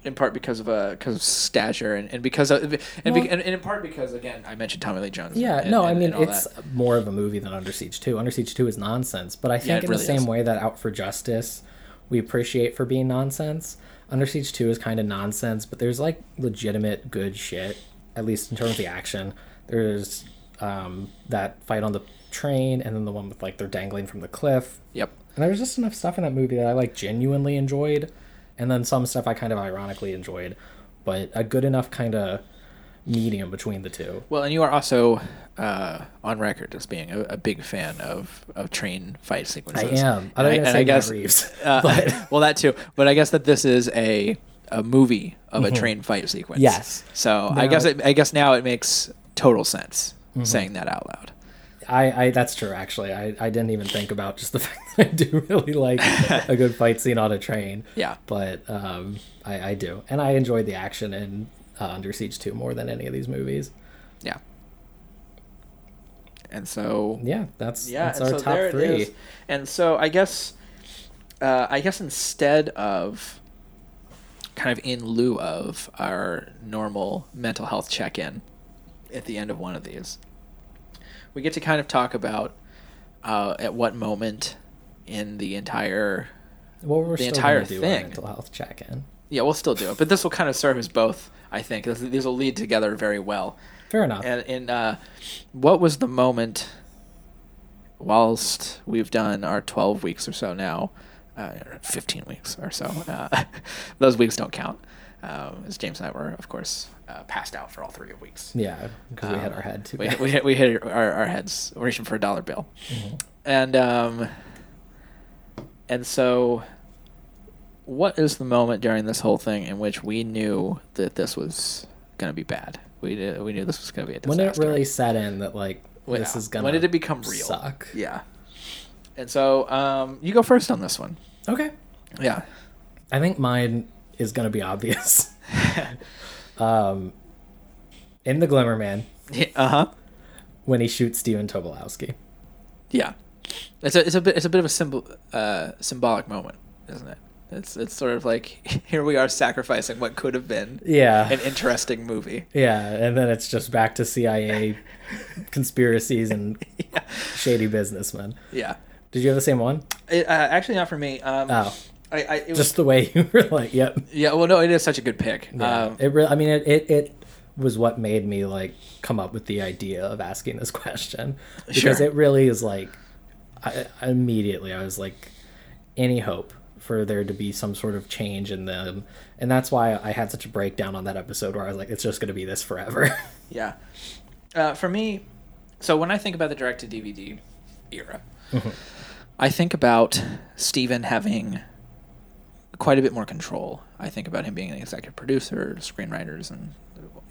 D: in part because of uh, because of stature and, and because of, and, be,
C: Well-
D: and, and in part because again I mentioned Tommy Lee Jones.
C: Yeah,
D: and-
C: no,
D: and-
C: I mean,
D: and all
C: it's
D: that.
C: more of a movie than Under Siege 2. Under Siege 2 is nonsense, but I think
D: it
C: in
D: really
C: the same
D: is.
C: way that Out for Justice we appreciate for being nonsense, Under Siege 2 is kind of nonsense, but there's like legitimate good shit, at least in terms of the action. There's um, that fight on the train and then the one with like they're dangling from the cliff.
D: yep.
C: And there was just enough stuff in that movie that I like genuinely enjoyed, and then some stuff I kind of ironically enjoyed, but a good enough kind of medium between the two.
D: Well, and you are also uh, on record as being a, a big fan of, of train fight
C: I
D: sequences.
C: am.
D: And
C: Other
D: I,
C: than
D: and I
C: Matt
D: guess,
C: Reeves,
D: uh,
C: but
D: well, that too. But I guess that this is a a movie of a train fight sequence.
C: Mm-hmm. Yes.
D: So I
C: Now- Mm-hmm.
D: guess it, I guess now it makes total sense saying that out loud.
C: I, I that's true actually. I, I didn't even think about just the fact that I do really like a good fight scene on a train.
D: Yeah.
C: But um, I, I do, and I enjoyed the action and uh, Under Siege 2 more than any of these movies.
D: Yeah. And so
C: Yeah, that's
D: yeah,
C: that's
D: and
C: our
D: so
C: top
D: there
C: three.
D: it is. And so I guess, uh, I guess instead of kind of in lieu of our normal mental health check-in at the end of one of these, we get to kind of talk about uh, at what moment in the entire
C: Well, we're still
D: entire
C: gonna do our
D: thing.
C: mental health check-in.
D: yeah we'll still do it, but this will kind of serve as both. I think This- these will lead together very well.
C: Fair enough.
D: And, and uh, what was the moment, whilst we've done our 12 weeks or so now, uh, or 15 weeks or so, uh, those weeks don't count, um, as James and I were, of course, uh, passed out for all three weeks.
C: yeah, because we hit
D: Um,
C: our head too.
D: We, we, hit, we hit our, our heads reaching for a dollar bill. And, um, and so, what is the moment during this whole thing in which we knew that this was going to be bad? We, did, we knew this was going to be a
C: when
D: disaster.
C: it really set in that like
D: When-
C: this is gonna
D: when did it become real?
C: Suck.
D: Yeah. And so um, you go first on this one.
C: Okay.
D: Yeah.
C: I think mine is gonna be obvious. um, in the Glimmer Man
D: Uh huh.
C: when he shoots Steven Tobolowski.
D: Yeah. It's a it's a bit it's a bit of a symbol uh, symbolic moment, isn't it? It's it's sort of like here we are sacrificing what could have been
C: Yeah.
D: an interesting movie.
C: yeah, and then it's just back to CIA conspiracies and shady businessmen.
D: Yeah.
C: Did you have the same one?
D: It, uh, actually, not for me. Um,
C: Oh,
D: I, I it
C: just the way you were like, yep.
D: was, yeah. Well, no, it is such a good pick.
C: Yeah,
D: Um,
C: it really. I mean, it, it it was what made me like come up with the idea of asking this question because
D: Sure.
C: it really is like I, I- immediately I was like any hope for there to be some sort of change in them, and that's why I had such a breakdown on that episode where I was like, it's just going to be this forever.
D: Yeah. Uh, for me, so when I think about the direct to DVD era, I think about Steven having quite a bit more control. I think about him being an executive producer, screenwriters, and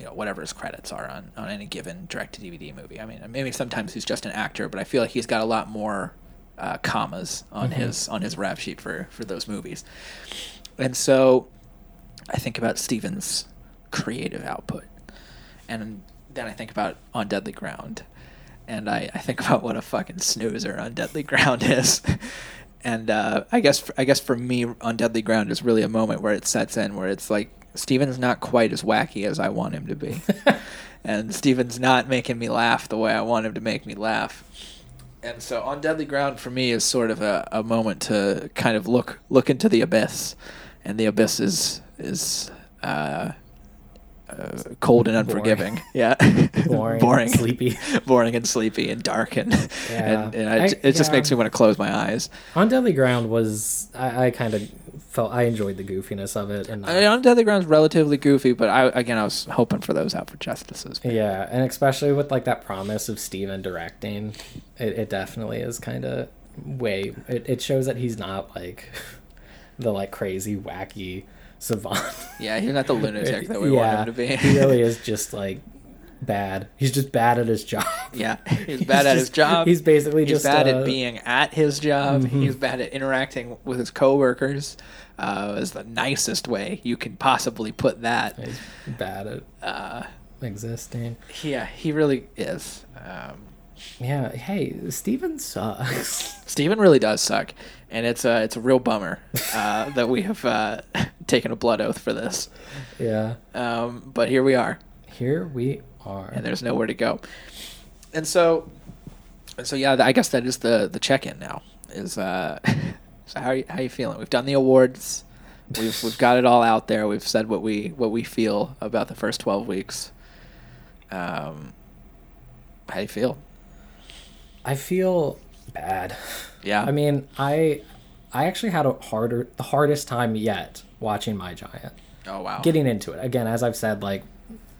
D: you know whatever his credits are on, on any given direct to DVD movie. I mean, maybe sometimes he's just an actor, but I feel like he's got a lot more uh, commas on his on his rap sheet for for those movies. And so, I think about Steven's creative output and then I think about on deadly ground, and I, I think about what a fucking snoozer on deadly ground is, and uh, I guess I guess for me on deadly ground is really a moment where it sets in where it's like Steven's not quite as wacky as I want him to be, and Steven's not making me laugh the way I want him to make me laugh. And so on deadly ground for me is sort of a, a moment to kind of look look into the abyss, and the abyss is is uh, uh, cold and unforgiving. Yeah,
C: Boring, sleepy.
D: boring and sleepy and dark and
C: Yeah.
D: and, and I,
C: I-
D: it just
C: yeah.
D: makes me want to close my eyes.
C: on Deadly Ground was I, I kind of felt I enjoyed the goofiness of it and
D: I mean, on Deadly Ground's relatively goofy, but I again I was hoping for those out for justices.
C: Yeah, and especially with like that promise of Steven directing, it, it definitely is kind of way. It, it shows that he's not like the like crazy wacky savant.
D: Yeah, he's not the lunatic that we want him to be.
C: he really is just like bad. He's just bad at his job.
D: yeah, he's bad at his
C: just-
D: job.
C: he's basically
D: he's
C: just,
D: bad
C: uh, Mm-hmm.
D: at being at his job. He's bad at interacting with his coworkers. Uh, is the nicest way you can possibly put that.
C: He's bad at
D: uh,
C: existing.
D: Yeah, he really is. Um,
C: Yeah. Hey, Steven sucks.
D: Steven really does suck, and it's a it's a real bummer uh, that we have uh, taken a blood oath for this.
C: yeah.
D: Um, but here we are,
C: Here we are.
D: and there's nowhere to go. And so, and so yeah, I guess that is the the check in now. Is uh, so how are you, how you feeling? We've done the awards. We've we've got it all out there. We've said what we what we feel about the first twelve weeks. Um, how you feel?
C: I feel bad.
D: Yeah.
C: I mean, I I actually had a harder the hardest time yet watching My Giant.
D: Oh wow.
C: Getting into it. Again, as I've said, like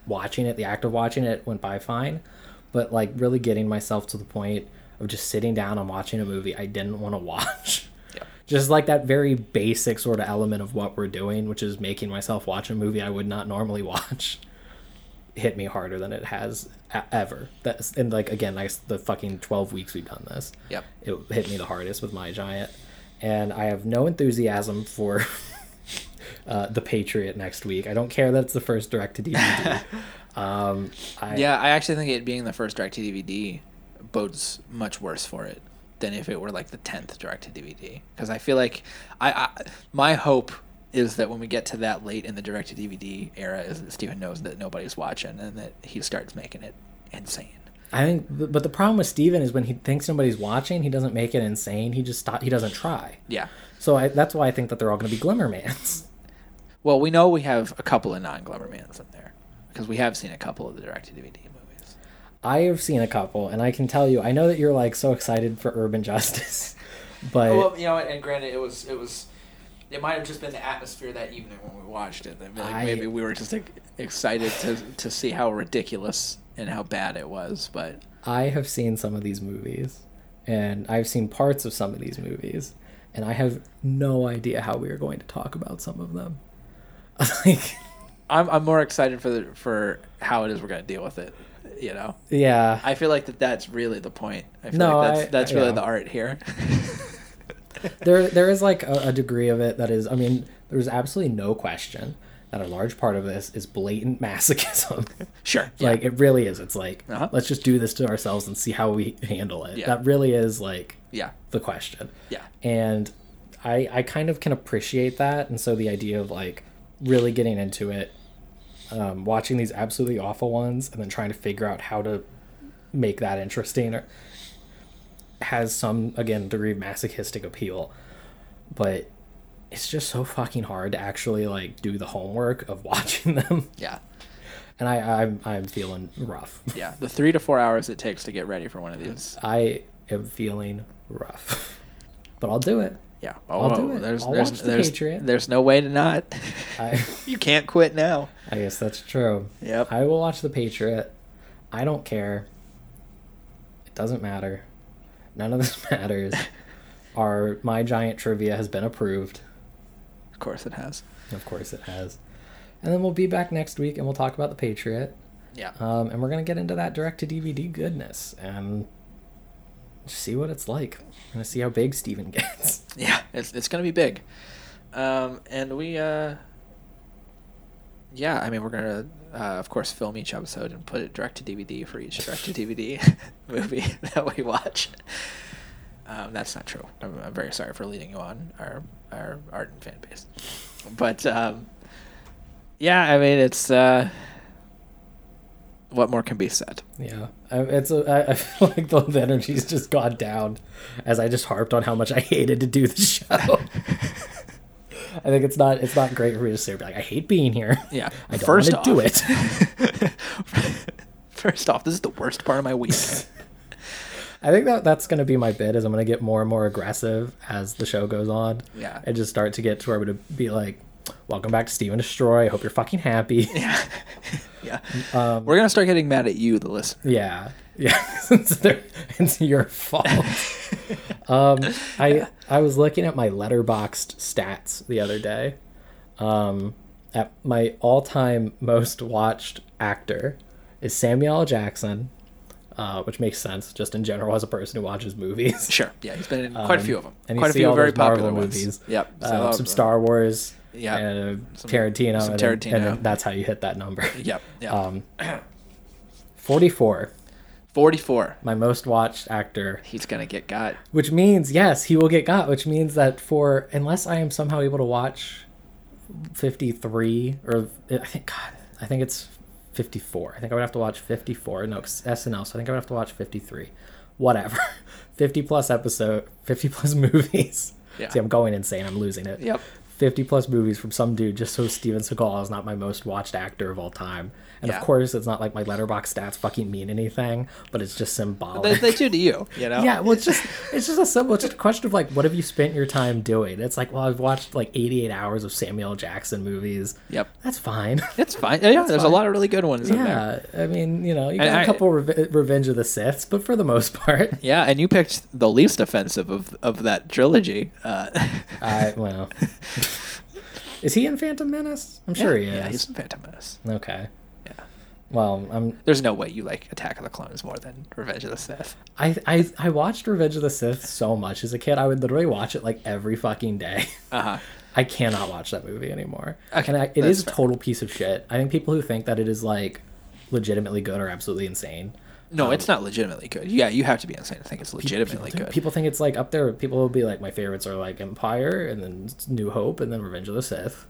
C: watching it, the act of watching it went by fine. But like really getting myself to the point of just sitting down and watching a movie I didn't want to watch.
D: Yep.
C: Just like that very basic sort of element of what we're doing, which is making myself watch a movie I would not normally watch, hit me harder than it has e- ever. That's and like again, like the fucking twelve weeks we've done this
D: Yep.
C: it hit me the hardest with my giant and i have no enthusiasm for uh, The Patriot next week. I don't care that it's the first direct to DVD. um, I,
D: Yeah, I actually think it being the first direct to DVD bodes much worse for it than if it were like the tenth direct to DVD. Because I feel like I, I my hope is that when we get to that late in the direct to DVD era, is that Steven knows that nobody's watching and that he starts making it insane.
C: I think, but the problem with Steven is when he thinks nobody's watching, he doesn't make it insane. He just stop. He doesn't try.
D: Yeah.
C: So I, that's why I think that they're all going to be Glimmermans.
D: Well, we know we have a couple of non-Glimmermans in there because we have seen a couple of the direct to DVD movies.
C: I have seen a couple, and I can tell you, I know that you're like so excited for Urban Justice, but
D: Well, you know, and granted, it was it was. It might have just been the atmosphere that evening when we watched it. That like
C: I-
D: maybe we were just like, excited to to see how ridiculous and how bad it was. But
C: I have seen some of these movies, and I've seen parts of some of these movies, and I have no idea how we are going to talk about some of them. like,
D: I'm I'm more excited for the for how it is we're gonna deal with it. You know,
C: yeah,
D: I feel like that that's really the point. I feel
C: No,
D: like that's
C: I-
D: that's really
C: yeah.
D: the art here.
C: there there is like a, a degree of it that is i mean there's absolutely no question that a large part of this is blatant masochism
D: sure.
C: like it really is it's like
D: Uh-huh.
C: let's just do this to ourselves and see how we handle it
D: Yeah.
C: that really is like
D: Yeah.
C: the question
D: Yeah.
C: and i i kind of can appreciate that and so the idea of like really getting into it um, watching these absolutely awful ones and then trying to figure out how to make that interesting or, has some again degree of masochistic appeal but it's just so fucking hard to actually like do the homework of watching them
D: Yeah.
C: and i i'm, I'm feeling rough
D: Yeah. The three to four hours it takes to get ready for one of these.
C: i am feeling rough but i'll do it
D: Yeah. Oh,
C: I'll do it.
D: There's
C: I'll
D: there's
C: watch The
D: there's,
C: Patriot.
D: there's no way to not.
C: i
E: You can't quit now.
C: I guess that's true.
D: Yep.
C: I will watch The Patriot. I don't care. It doesn't matter. None of this matters. Our My Giant trivia has been approved.
D: of course it has.
C: Of course it has. And then we'll be back next week and we'll talk about The Patriot.
D: Yeah.
C: Um, and we're going to get into that direct to DVD goodness and just see what it's like. I'm going to see how big Steven gets.
D: Yeah, it's it's gonna be big, um, and we, uh, yeah, I mean we're gonna uh, of course film each episode and put it direct to DVD for each direct to DVD movie that we watch. Um, that's not true. I'm, I'm very sorry for leading you on our our art and fan base, but um, yeah, I mean it's uh, what more can be said.
C: Yeah, I, it's a, I, I feel like the, the energy's just gone down as I just harped on how much I hated to do the show. I think it's not it's not great for me to say be like I hate being here.
D: Yeah,
C: I don't
D: first
C: want to do
D: off-
C: it.
D: First off, this is the worst part of my week.
C: I think that that's going to be my bit is I'm going to get more and more aggressive as the show goes on.
D: Yeah.
C: and just start to get to where I'm going to be like, "Welcome back to Steven Destroy. I hope you're fucking happy."
D: yeah,
C: Um,
D: we're gonna start getting mad at you, the listener.
C: Yeah, yeah. it's, their, it's your fault. um, I I was looking at my letterboxed stats the other day. Um, at my all-time most watched actor is Samuel L. Jackson, uh, which makes sense just in general as a person who watches movies.
D: Sure. Yeah, he's been in quite a few of them.
C: Um, And you
D: quite a
C: see
E: few
C: all
E: very
C: those Marvel
E: popular ones.
C: movies.
D: Yep.
C: Uh,
D: So-
C: some Star Wars.
D: Yeah.
C: and Tarantino.
D: some
C: and then- and
D: Tarantino.
C: then that's how you hit that number.
D: Yep. Yeah.
C: Um, forty-four.
D: Forty-four.
C: My most watched actor
D: He's gonna get got.
C: which means yes he will get got which means that for unless i am somehow able to watch 53 or eh, i think god i think it's 54 i think i would have to watch 54 no 'cause snl so i think i would have to watch 53 whatever 50 plus episode 50 plus movies
D: Yeah.
C: see i'm going insane i'm losing it
D: Yep.
C: 50 plus movies from some dude just so Steven Seagal is not my most watched actor of all time. And
D: Yeah.
C: of course, it's not like my letterbox stats fucking mean anything, but it's just symbolic.
D: They, they do to you. You know.
C: Oh Yeah, well, it's just it's just a simple, it's just a question of like, what have you spent your time doing? It's like, well, I've watched like 88 hours of Samuel L. Jackson movies.
D: Yep.
C: That's fine.
D: It's fine. Yeah. there's
C: fine.
D: a lot of really good ones in there.
C: yeah, I mean, you know, you got a
D: I-
C: couple Reve- Revenge of the Siths, but for the most part,
D: Yeah, and you picked the least offensive of of that trilogy. Uh,
C: I well, is he in Phantom Menace? I'm sure he is.
D: yeah, he's in Phantom Menace.
C: Okay.
D: Yeah.
C: Well, I'm
D: There's no way you like Attack of the Clones more than Revenge of the Sith.
C: I, I I watched Revenge of the Sith so much as a kid. I would literally watch it like every fucking day.
D: Uh huh.
C: I cannot watch that movie anymore.
F: Okay,
C: and I, it is a
F: that's fair.
C: total piece of shit. I think people who think that it is like legitimately good are absolutely insane.
D: No, it's not legitimately good. Yeah, you have to be insane to think it's legitimately
C: Dude,
D: good.
C: Um, People think it's like up there. People will be like, my favorites are like Empire and then New Hope and then Revenge of the Sith.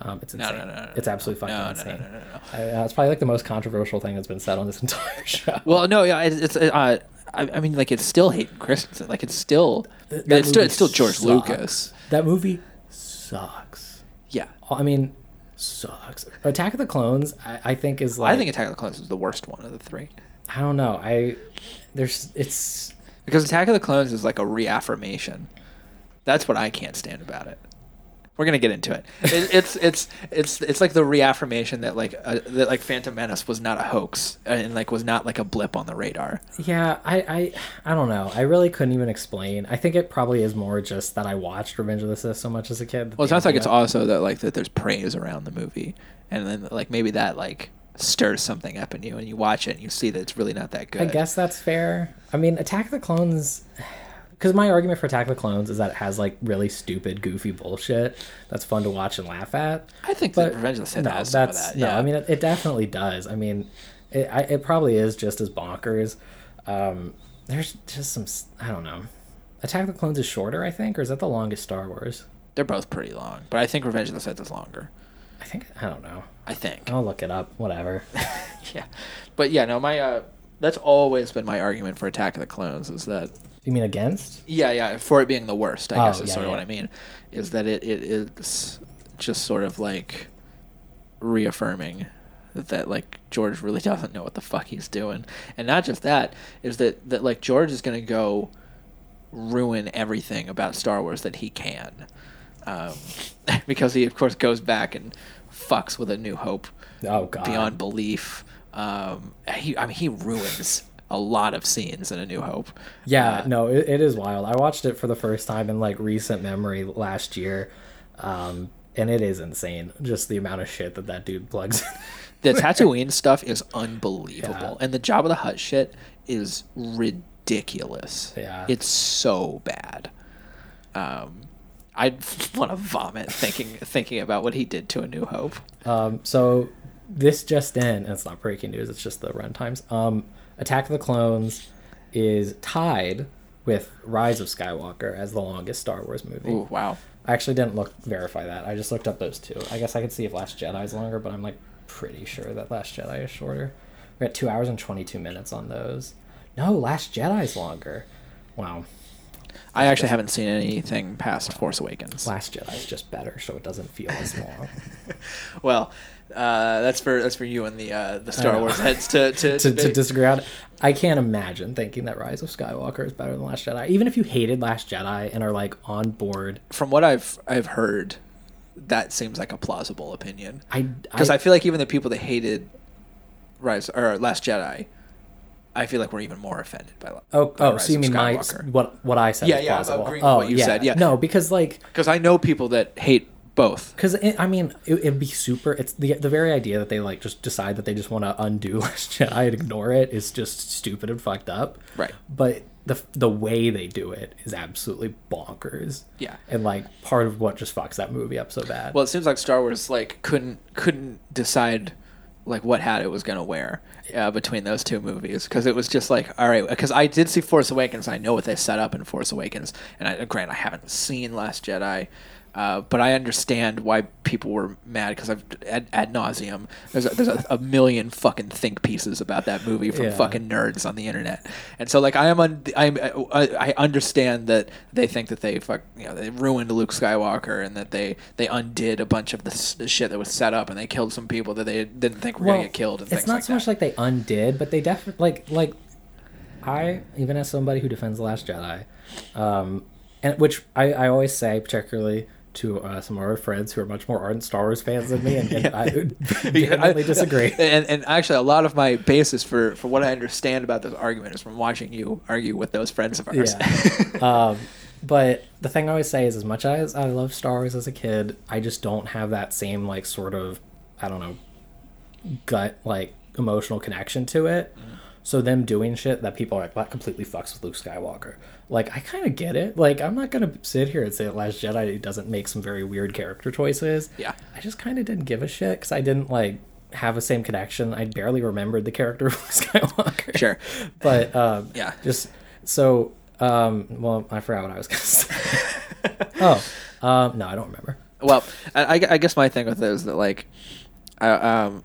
C: Um, it's
D: no,
C: insane.
D: no, no, no,
C: it's
D: no,
C: absolutely
D: no,
C: fucking
D: no,
C: insane.
D: no, no, no, no.
C: I- uh, it's probably like the most controversial thing that's been said on this entire show.
D: Well, no, yeah, it's, it's uh, I, I mean, like it's still Hayden Christensen, like it's still,
C: Th- that
D: it's still,
C: movie
D: it's still George
C: sucks.
D: Lucas.
C: That movie sucks.
D: Yeah,
C: I mean, sucks. Attack of the Clones, I, I think is like
D: I think Attack of the Clones is the worst one of the three
C: I don't know. I there's it's
D: because Attack of the Clones is like a reaffirmation. That's what I can't stand about it. We're gonna get into it. it it's it's it's it's like the reaffirmation that like uh, that like Phantom Menace was not a hoax uh, and like was not like a blip on the radar.
C: yeah. I I I don't know. I really couldn't even explain. I think it probably is more just that I watched Revenge of the Sith so much as a kid. that
D: Well, it
C: the
D: sounds like it's
C: idea-
D: also that like that there's praise around the movie, and then like maybe that like stirs something up in you, and you watch it and you see that it's really not that good.
C: I guess that's fair. I mean, Attack of the Clones. Because my argument for Attack of the Clones is that it has like really stupid, goofy bullshit that's fun to watch and laugh at.
D: I think that Revenge of the Sith
C: no,
D: has some of
C: that's
D: that,
C: no.
D: yeah.
C: I mean, it, it definitely does. I mean, it I, it probably is just as bonkers. Um, there's just some s- I don't know. Attack of the Clones is shorter, I think, or is that the longest Star Wars?
D: they're both pretty long, but I think Revenge of the Sith is longer.
C: I think I don't know.
D: I think.
C: I'll look it up. Whatever.
D: Yeah, but yeah, no, my uh, that's always been my argument for Attack of the Clones is that
C: you mean against?
D: yeah, yeah, for it being the worst, I
C: Oh,
D: guess is
C: yeah,
D: sort of
C: yeah.
D: what I mean, is that it it is just sort of like reaffirming that like George really doesn't know what the fuck he's doing, and not just that is that that like George is gonna go ruin everything about Star Wars that he can, um, because he of course goes back and fucks with a New Hope
C: Oh God.
D: beyond belief. Um, he I mean he ruins a lot of scenes in A New Hope.
C: Yeah, no, it, it is wild. I watched it for the first time in like recent memory last year, um, and it is insane. Just the amount of shit that that dude plugs.
D: The Tatooine stuff is unbelievable, and the Jabba the Hutt shit is ridiculous.
C: Yeah.
D: it's so bad. Um, I want to vomit thinking thinking about what he did to A New Hope.
C: um, so this just in, and it's not breaking news. It's just the run times. Um, Attack of the Clones is tied with Rise of Skywalker as the longest Star Wars movie.
D: Ooh, wow.
C: I actually didn't look verify that. I just looked up those two. I guess I could see if Last Jedi is longer, but I'm like pretty sure that Last Jedi is shorter. We're at two hours and twenty two minutes on those. No, Last Jedi's longer. Wow,
D: I actually haven't seen anything past Force Awakens.
C: Last Jedi's just better, so it doesn't feel as long.
D: Well, uh, that's for that's for you and the uh, the Star
C: know.
D: Wars heads to to,
C: to, to
D: debate.
C: disagree on, I can't imagine thinking that Rise of Skywalker is better than Last Jedi. Even if you hated Last Jedi and are like on board,
D: From what I've I've heard, that seems like a plausible opinion.
C: I
D: because I, feel like even the people that hated Rise or Last Jedi, I feel like we're even more offended by.
C: oh
D: by
C: oh,
D: Rise
C: so you
D: of
C: mean my
D: Skywalker.
C: what what I said?
D: Yeah,
C: is
D: yeah, I'm
C: plausible. Oh,
D: agreeing with what you said, yeah.
C: no, because like
D: Because I know people that hate both.
C: Because I mean, it, it'd be super. It's the the very idea that they like just decide that they just want to undo Last Jedi and ignore it is just stupid and fucked up.
D: Right.
C: But the the way they do it is absolutely bonkers.
D: Yeah.
C: And like part of what just fucks that movie up so bad.
D: Well, it seems like Star Wars like couldn't couldn't decide like what hat it was gonna wear uh, between those two movies because it was just like all right because I did see Force Awakens I know what they set up in Force Awakens and I grant I haven't seen Last Jedi. Uh, but I understand why people were mad because I've ad, ad nauseum. There's a, there's a, a million fucking think pieces about that movie from
C: Yeah.
D: fucking nerds on the internet, and so like I am un- I'm, I I understand that they think that they fuck you know they ruined Luke Skywalker and that they they undid a bunch of the, s- the shit that was set up and they killed some people that they didn't think were
C: Well,
D: gonna get killed and
C: it's
D: things
C: not
D: like
C: so
D: that.
C: much like they undid, but they definitely like like I even as somebody who defends the Last Jedi, um, and which I, I always say particularly to uh, some of our friends who are much more ardent Star Wars fans than me, and, and I
D: Yeah, I-
C: vehemently disagree.
D: And, and actually, a lot of my basis for, for what I understand about this argument is from watching you argue with those friends of ours.
C: Yeah. um, but the thing I always say is, as much as I love Star Wars as a kid, I just don't have that same like sort of, I don't know, gut like emotional connection to it. So them doing shit that people are like, that completely fucks with Luke Skywalker. Like, I kind of get it. Like, I'm not gonna sit here and say that Last Jedi doesn't make some very weird character choices.
D: Yeah.
C: I just kind of didn't give a shit because I didn't like have the same connection. I barely remembered the character of Luke Skywalker.
D: Sure.
C: but um,
D: Yeah.
C: just so. Um, well, I forgot what I was gonna say. oh, um, no, I don't remember.
D: Well, I, I- I guess my thing with it is that like, I, um,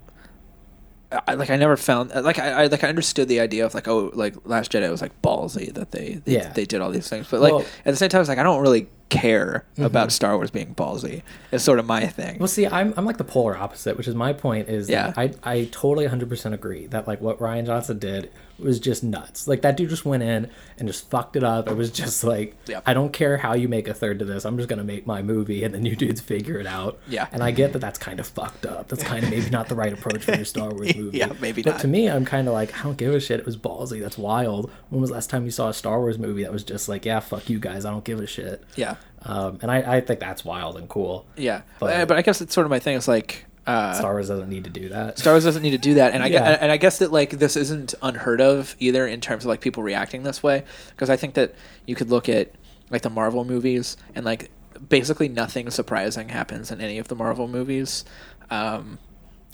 D: I, like I never found like I, I like I understood the idea of like oh like Last Jedi was like ballsy that they they,
C: Yeah.
D: they did all these things, but like
C: Well- Mm-hmm.
D: at the same time it's like I don't really care about Star Wars being ballsy. It's sort of my thing.
C: Well, see, I'm, I'm like the polar opposite, which is my point is
D: Yeah.
C: that I, I totally 100% agree that like what Ryan Johnson did was just nuts. Like that dude just went in and just fucked it up. It was just like,
D: Yeah.
C: I don't care how you make a third to this. I'm just going to make my movie and then you dudes figure it out.
D: Yeah.
C: And I get that that's kind of fucked up. That's kind of maybe not the right approach for your Star Wars movie.
D: Yeah, maybe
C: but
D: not.
C: to me, I'm kind of like, I don't give a shit. It was ballsy. That's wild. When was the last time you saw a Star Wars movie that was just like, yeah, fuck you guys. I don't give a shit.
D: yeah,
C: Um, and I, I think that's wild and cool.
D: yeah,
C: But-
D: but, uh, but I guess it's sort of my thing. It's like. Uh,
C: Star Wars doesn't need to do that.
D: Star Wars doesn't need to do that, and I gue-
C: Yeah.
D: and I guess that like this isn't unheard of either in terms of like people reacting this way because I think that you could look at like the Marvel movies and like basically nothing surprising happens in any of the Marvel movies. Um,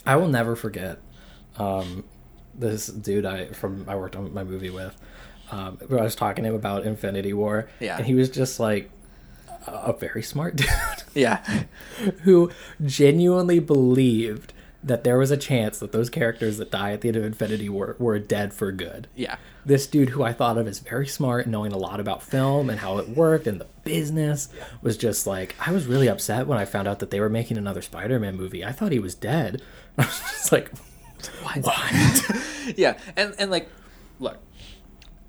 C: I will never forget um, this dude I from I worked on my movie with. Um, where I was talking to him about Infinity War,
D: Yeah.
C: and he was just like a a very smart dude
D: yeah,
C: who genuinely believed that there was a chance that those characters that die at the end of Infinity War were dead for good.
D: yeah,
C: This dude, who I thought of as very smart, knowing a lot about film and how it worked and the business, was just like, I was really upset when I found out that they were making another Spider Man movie. I thought he was dead. I was just like, what?
D: yeah, and and like, look,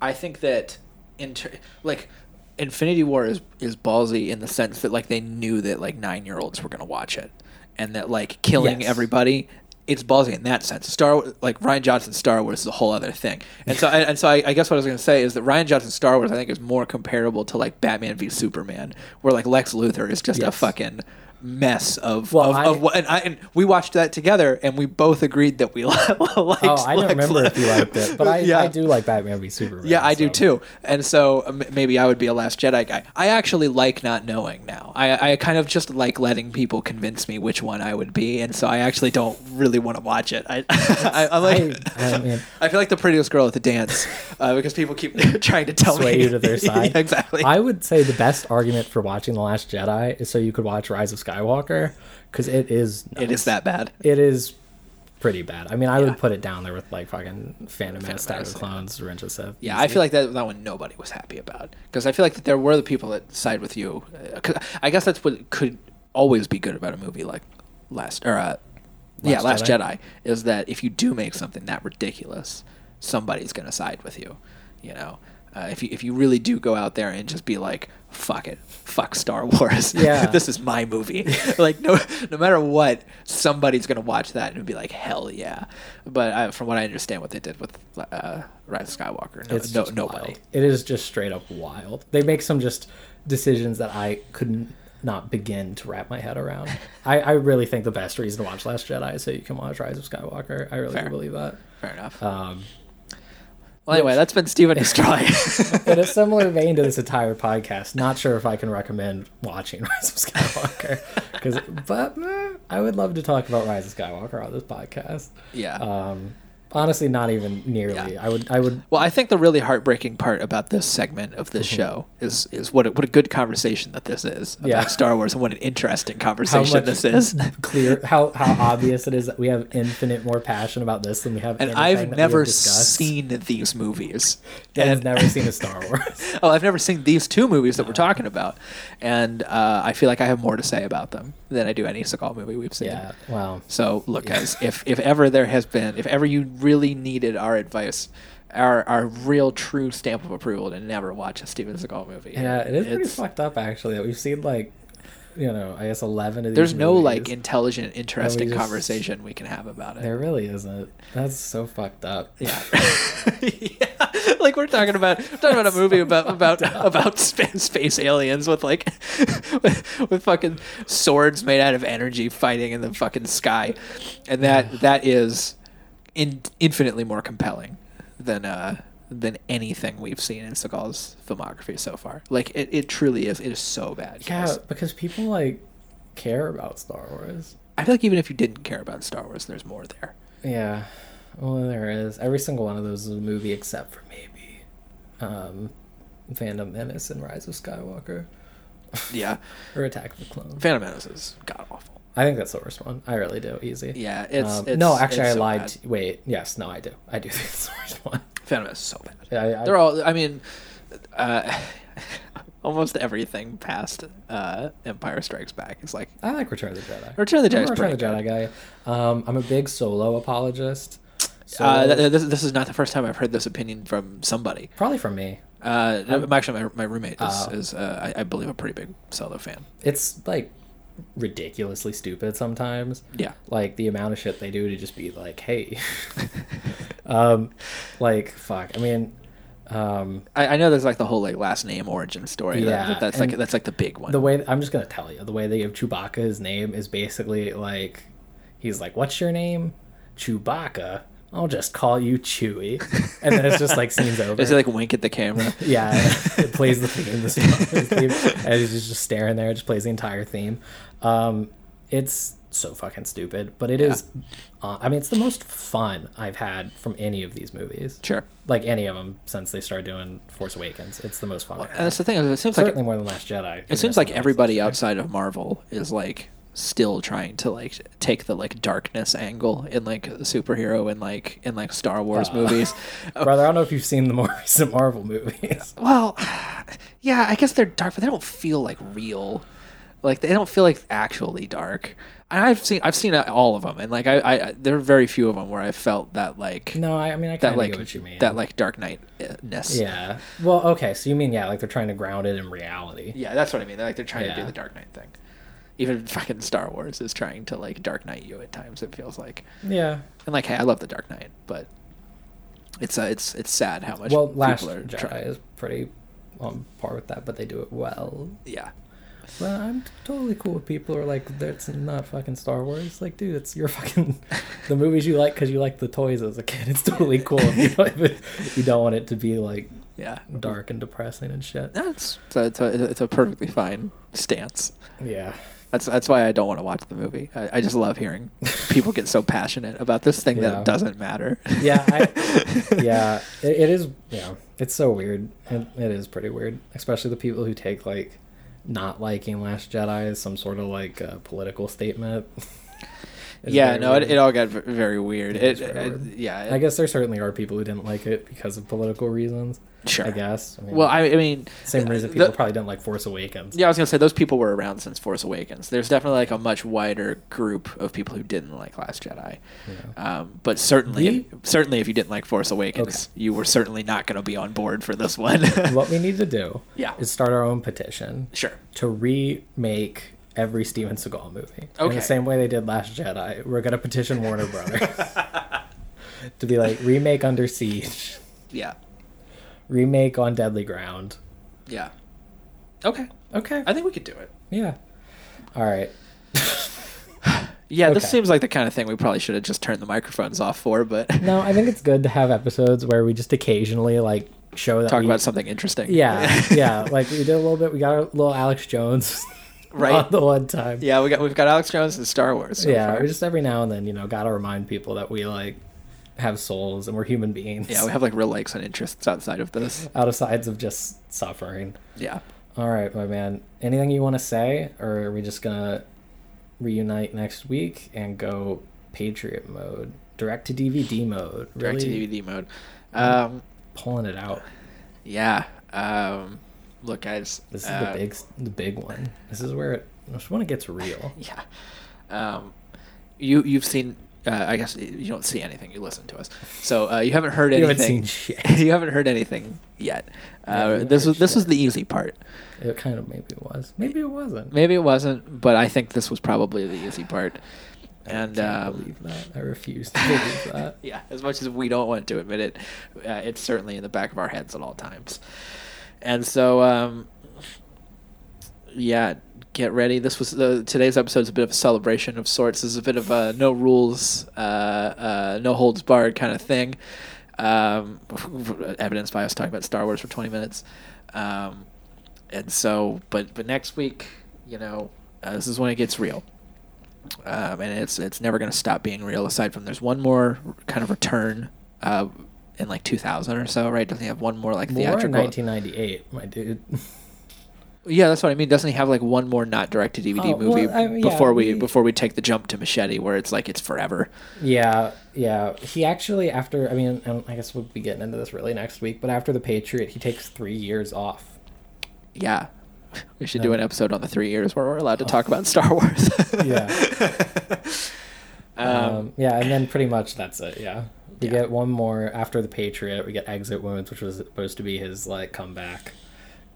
D: I think that in ter- like. Infinity War is, is ballsy in the sense that like they knew that like nine year olds were gonna watch it, and that like killing
C: Yes.
D: everybody, it's ballsy in that sense. Star like Ryan Johnson's Star Wars is a whole other thing, and so and, and so I, I guess what I was gonna say is that Ryan Johnson's Star Wars I think is more comparable to like Batman v Superman, where like Lex Luthor is just a
C: Yes.
D: fucking mess of
C: Well,
D: of,
C: I-
D: of what and, I, and we watched that together and we both agreed that we liked
C: Oh, I don't remember if you liked it, but I,
D: Yeah.
C: I do like Batman v Superman.
D: Yeah, I do
C: so-
D: too. And so um, maybe I would be a Last Jedi guy. I actually like not knowing now. I, I kind of just like letting people convince me which one I would be. And so I actually don't really want to watch it. I, I, I'm
C: I,
D: like,
C: I mean,
D: I feel like the prettiest girl at the dance uh, because people keep trying to tell
C: sway
D: me
C: you to their side.
D: Yeah, exactly.
C: I would say the best argument for watching The Last Jedi is so you could watch Rise of Skywalker because it is
D: it is that bad.
C: it is pretty bad. I mean, I would put it down there with like fucking Phantom Menace, Attack of
D: Menace,
C: the
D: yeah.
C: Clones, Revenge of the Sith.
D: Yeah, I feel like that that one nobody was happy about because I feel like that there were the people that side with you. Uh, 'cause I guess that's what could always be good about a movie like Last or uh, yeah,
C: Last
D: Last
C: Jedi?
D: Jedi. is that if you do make something that ridiculous, somebody's gonna side with you. You know, uh, if you if you really do go out there and just be like, fuck it, fuck Star Wars.
C: Yeah.
D: this is my movie. like no no matter what, somebody's gonna watch that and be like, hell yeah. But I, from what I understand, what they did with uh, Rise of Skywalker, no,
C: it's
D: no-
C: just
D: nobody.
C: wild. It is just straight up wild. They make some just decisions that I couldn't not begin to wrap my head around. I, I really think the best reason to watch Last Jedi is so you can watch Rise of Skywalker. I really do
D: Fair.
C: believe that.
D: Fair enough.
C: Um,
D: well, anyway, that's been Steven Destroy.
C: in a similar vein to this entire podcast, not sure if I can recommend watching Rise of Skywalker, 'Cause- but eh, I would love to talk about Rise of Skywalker on this podcast.
D: yeah.
C: Um, honestly, not even nearly. I would I would
D: Well, I think the really heartbreaking part about this segment of
C: Mm-hmm.
D: this show is is what a, what a good conversation that this is about
C: Yeah.
D: Star Wars and what an interesting
C: how
D: conversation
C: much
D: this is.
C: clear how how obvious it is that we have infinite more passion about this than we have.
D: And
C: anything that
D: I've
C: we have
D: never
C: discussed.
D: seen these movies.
C: And I've never seen a Star Wars.
D: oh, I've never seen these two movies that we're talking about, and uh, I feel like I have more to say about them than I do any Seagal movie we've seen.
C: yeah. Wow.
D: So look, guys, if if ever there has been, if ever you really needed our advice, our our real true stamp of approval to never watch a Steven Seagal movie.
C: Yeah, it is pretty
D: It's-
C: fucked up actually that we've seen like, you know, I guess eleven of these.
D: There's no like
C: movies.
D: intelligent, interesting
C: just-
D: conversation we can have about it.
C: There really isn't. That's so fucked up.
D: Yeah. yeah. Like we're talking about we're talking about a movie about about about space, space aliens with like with, with fucking swords made out of energy fighting in the fucking sky. And that that is in, infinitely more compelling than uh than anything we've seen in Seagal's filmography so far. Like it, it truly is. It is so bad.
C: Yeah,
D: guys.
C: because people like care about Star Wars.
D: I feel like even if you didn't care about Star Wars, there's more there.
C: Yeah. Well, there is. Every single one of those is a movie except for maybe um, Phantom Menace and Rise of Skywalker
D: Yeah,
C: or Attack of the Clones.
D: Phantom Menace is god awful.
C: I think that's the worst one. I really do. Easy.
D: Yeah, it's,
C: Um,
D: it's-
C: no, actually,
D: it's
C: I
D: so
C: lied.
D: bad.
C: to- wait, yes, no, I do. I do think it's the worst one.
D: Phantom Menace is so bad.
C: I, I,
D: They're all. I mean, uh, almost everything past uh, Empire Strikes Back is like
C: I like Return of the Jedi.
D: Return of the Jedi
C: I'm
D: is
C: a Return of the
D: pretty
C: Jedi guy. Um, I'm a big Solo apologist. So,
D: Uh, th- th- this, this is not the first time I've heard this opinion from somebody.
C: probably from me.
D: Uh, no, actually, my, my roommate is,
C: Oh.
D: is uh, I, I believe, a pretty big Solo fan.
C: It's like ridiculously stupid sometimes.
D: Yeah.
C: like the amount of shit they do to just be like, hey, um, like fuck. I mean, um,
D: I, I know there's like the whole like last name origin story. Yeah,
C: Yeah,
D: that's like
C: and
D: that's like the big one.
C: the way I'm just gonna tell you the way they give Chewbacca his name is basically like he's like, "What's your name, Chewbacca?" I'll just call you Chewy, and then it's just like scenes over.
D: Is it like wink at the camera?
C: yeah, it plays the theme, the Star Wars theme, and he's just- just staring there. It just plays the entire theme. Um, it's so fucking stupid, but it is. Uh, I mean, it's the most fun I've had from any of these movies.
D: sure.
C: Like any of them since they started doing Force Awakens, it's the most fun. I've
D: And
C: had.
D: that's the thing. is It seems like
C: Certainly more than Last Jedi.
D: it seems like everybody outside of Marvel is like still trying to like take the like darkness angle in like superhero and like in like Star Wars movies.
C: Uh, Brother, I don't know if you've seen the more recent Marvel movies.
D: Well, yeah, I guess they're dark, but they don't feel like real. Like they don't feel like actually dark. And I've seen I've seen all of them, and like I, I there are very few of them where I felt that like
C: No, I, I mean I kind
D: that
C: of
D: like
C: get what you mean.
D: that like Dark Knight-ness.
C: yeah. Well, okay. So you mean yeah, like they're trying to ground it in reality.
D: yeah, that's what I mean. They're, like they're trying to
C: Yeah.
D: do the Dark Knight thing. Even fucking Star Wars is trying to like Dark Knight you at times. It feels like,
C: Yeah.
D: and like hey, I love the Dark Knight, but it's uh, it's it's sad how much
C: Well, Last
D: people are
C: Jedi
D: trying.
C: is pretty on par with that, but they do it well.
D: Yeah,
C: Well, I'm totally cool with people who are like, that's not fucking Star Wars. Like, dude, it's your fucking the movies you like because you like the toys as a kid. It's totally cool. If you, don't, if you don't want it to be like
D: yeah.
C: dark and depressing and shit.
D: That's it's a, it's a, it's a perfectly fine stance.
C: Yeah.
D: That's that's why I don't want to watch the movie. I, I just love hearing people get so passionate about this thing
C: Yeah.
D: that doesn't matter.
C: Yeah. I, yeah. It, it is. Yeah. It's so weird. It, it is pretty weird, especially the people who take like not liking Last Jedi as some sort of like uh, political statement. It's
D: yeah,
C: very
D: no, it,
C: weird.
D: it all got v- very weird.
C: it's
D: It,
C: very
D: it-
C: weird.
D: yeah,
C: I guess there certainly are people who didn't like it because of political reasons.
D: Sure.
C: I guess. I mean,
D: Well, I, I mean, uh,
C: same reason
D: the-
C: people probably didn't like Force Awakens.
D: Yeah, I was gonna say those people were around since Force Awakens. There's definitely like a much wider group of people who didn't like Last Jedi, um, but certainly, certainly if you didn't like Force Awakens, you were certainly not gonna be on board for this one.
C: What we need to do
D: Yeah.
C: is start our own petition
D: sure.
C: to remake every Steven Seagal movie in
D: Okay.
C: the same way they did Last Jedi. We're gonna petition Warner Brothers to be like remake Under Siege,
D: Yeah.
C: remake On Deadly Ground.
D: Yeah. Okay.
C: Okay.
D: I think we could do it.
C: yeah. All right.
D: Yeah, this
C: Okay.
D: seems like the kind of thing we probably should have just turned the microphones off for, but
C: No, I think it's good to have episodes where we just occasionally like show that
D: talk
C: we-
D: about something interesting.
C: Yeah, yeah. Like we did a little bit. We got a little Alex Jones
D: Right.
C: on the one time.
D: Yeah, we got we've got Alex Jones and Star Wars. So
C: yeah.
D: far.
C: We just every now and then, you know, gotta remind people that we like have souls and we're human beings.
D: yeah, we have like real likes and interests outside of this.
C: out of sides of just suffering.
D: Yeah.
C: All right, my man. Anything you want to say, or are we just gonna reunite next week and go Patriot mode, direct to DVD mode?
D: Direct
C: really Hmm.
D: to DVD mode. Um,
C: pulling it out.
D: yeah. Um, look, guys.
C: This is
D: uh,
C: the big, the big one. This is where it, this is when it gets real.
D: Yeah. Um, you you've seen. Uh, I guess you don't see anything. You listen to us, so uh, you haven't heard
C: You
D: anything.
C: haven't seen shit.
D: you haven't heard anything yet.
C: you
D: Uh,
C: haven't
D: this
C: heard
D: was this was
C: shit.
D: the easy part.
C: It kind of maybe it was, maybe it wasn't.
D: Maybe it wasn't, but I think this was probably the easy part. And
C: I
D: um,
C: believe that. I refuse to believe that.
D: yeah, as much as we don't want to admit it, uh, it's certainly in the back of our heads at all times. And so, um, yeah, get ready. This was uh, today's episode is a bit of a celebration of sorts. This is a bit of a no rules, uh, uh, no holds barred kind of thing. um, evidenced by us talking about Star Wars for 20 minutes. Um, and so, but but next week, you know, uh, this is when it gets real, um, and it's it's never going to stop being real. Aside from there's one more kind of return uh, in like 2000 or so, right? Doesn't he have one more like
C: More in
D: theatrical?
C: 1998, my dude.
D: Yeah, that's what I mean. Doesn't he have like one more not direct to DVD
C: Oh, well,
D: movie
C: I mean, yeah,
D: before we
C: we-
D: before we take the jump to Machete, where it's like it's forever?
C: Yeah, yeah. He actually, after, I mean, and I guess we'll be getting into this really next week, but after The Patriot, he takes three years off.
D: Yeah. We should do an episode on the three years where we're allowed to talk about Star Wars.
C: Yeah.
D: um,
C: um, yeah, and then pretty much that's it. Yeah, we get one more after the Patriot. We get Exit Wounds, which was supposed to be his like comeback,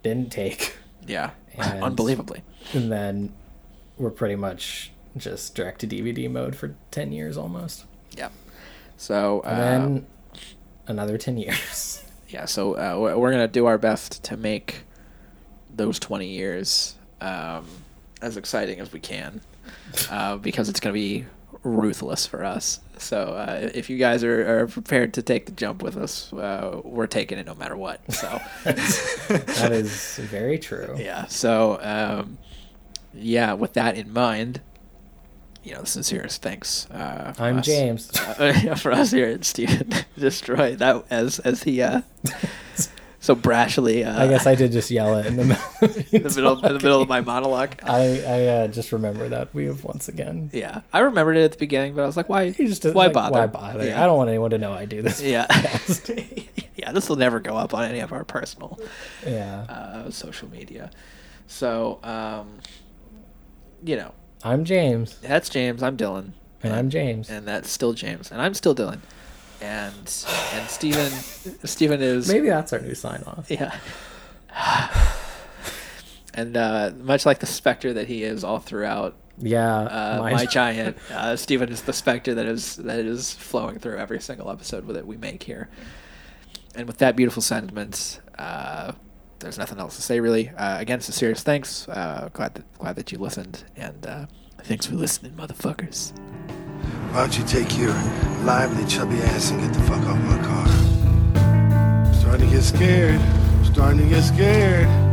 C: didn't take,
D: yeah.
C: and-
D: Unbelievably.
C: and then we're pretty much just direct to DVD mode for ten years almost,
D: Yeah. So,
C: and
D: uh,
C: then another ten years.
D: yeah, so uh, we're- we're going to do our best to make those 20 years um, as exciting as we can uh, because it's going to be ruthless for us. So, uh, if you guys are, are prepared to take the jump with us, uh, we're taking it no matter what. So,
C: that is very true.
D: Yeah. So, um, yeah, with that in mind, you know, sincerest thanks. Uh, for
C: I'm
D: us.
C: James.
D: Uh, for us here at Steven Destroy that as as he uh, so brashly. Uh,
C: I guess I did just yell it in the
D: in the middle in the middle of my monologue.
C: I I uh, just remember that we have once again.
D: Yeah, I remembered it at the beginning, but I was like, why?
C: You just uh,
D: why
C: like,
D: bother?
C: Why bother?
D: Yeah.
C: I don't want anyone to know I do this.
D: Yeah. yeah. This will never go up on any of our personal.
C: Yeah.
D: uh, social media. So, um, you know,
C: I'm James.
D: that's James. I'm Dylan.
C: And I'm James.
D: And that's still James. And I'm still Dylan. And and Steven Steven is
C: Maybe that's our new sign off.
D: yeah. And uh, much like the specter that he is all throughout
C: Yeah.
D: uh,
C: mine-
D: my giant, uh, Steven is the specter that is that is flowing through every single episode that we make here. And with that beautiful sentiment, uh, there's nothing else to say really. Uh, again, serious thanks. Uh, glad that glad that you listened, and uh, thanks for listening, motherfuckers.
A: Why don't you take your lively, chubby ass and get the fuck off my car? I'm starting to get scared. I'm starting to get scared.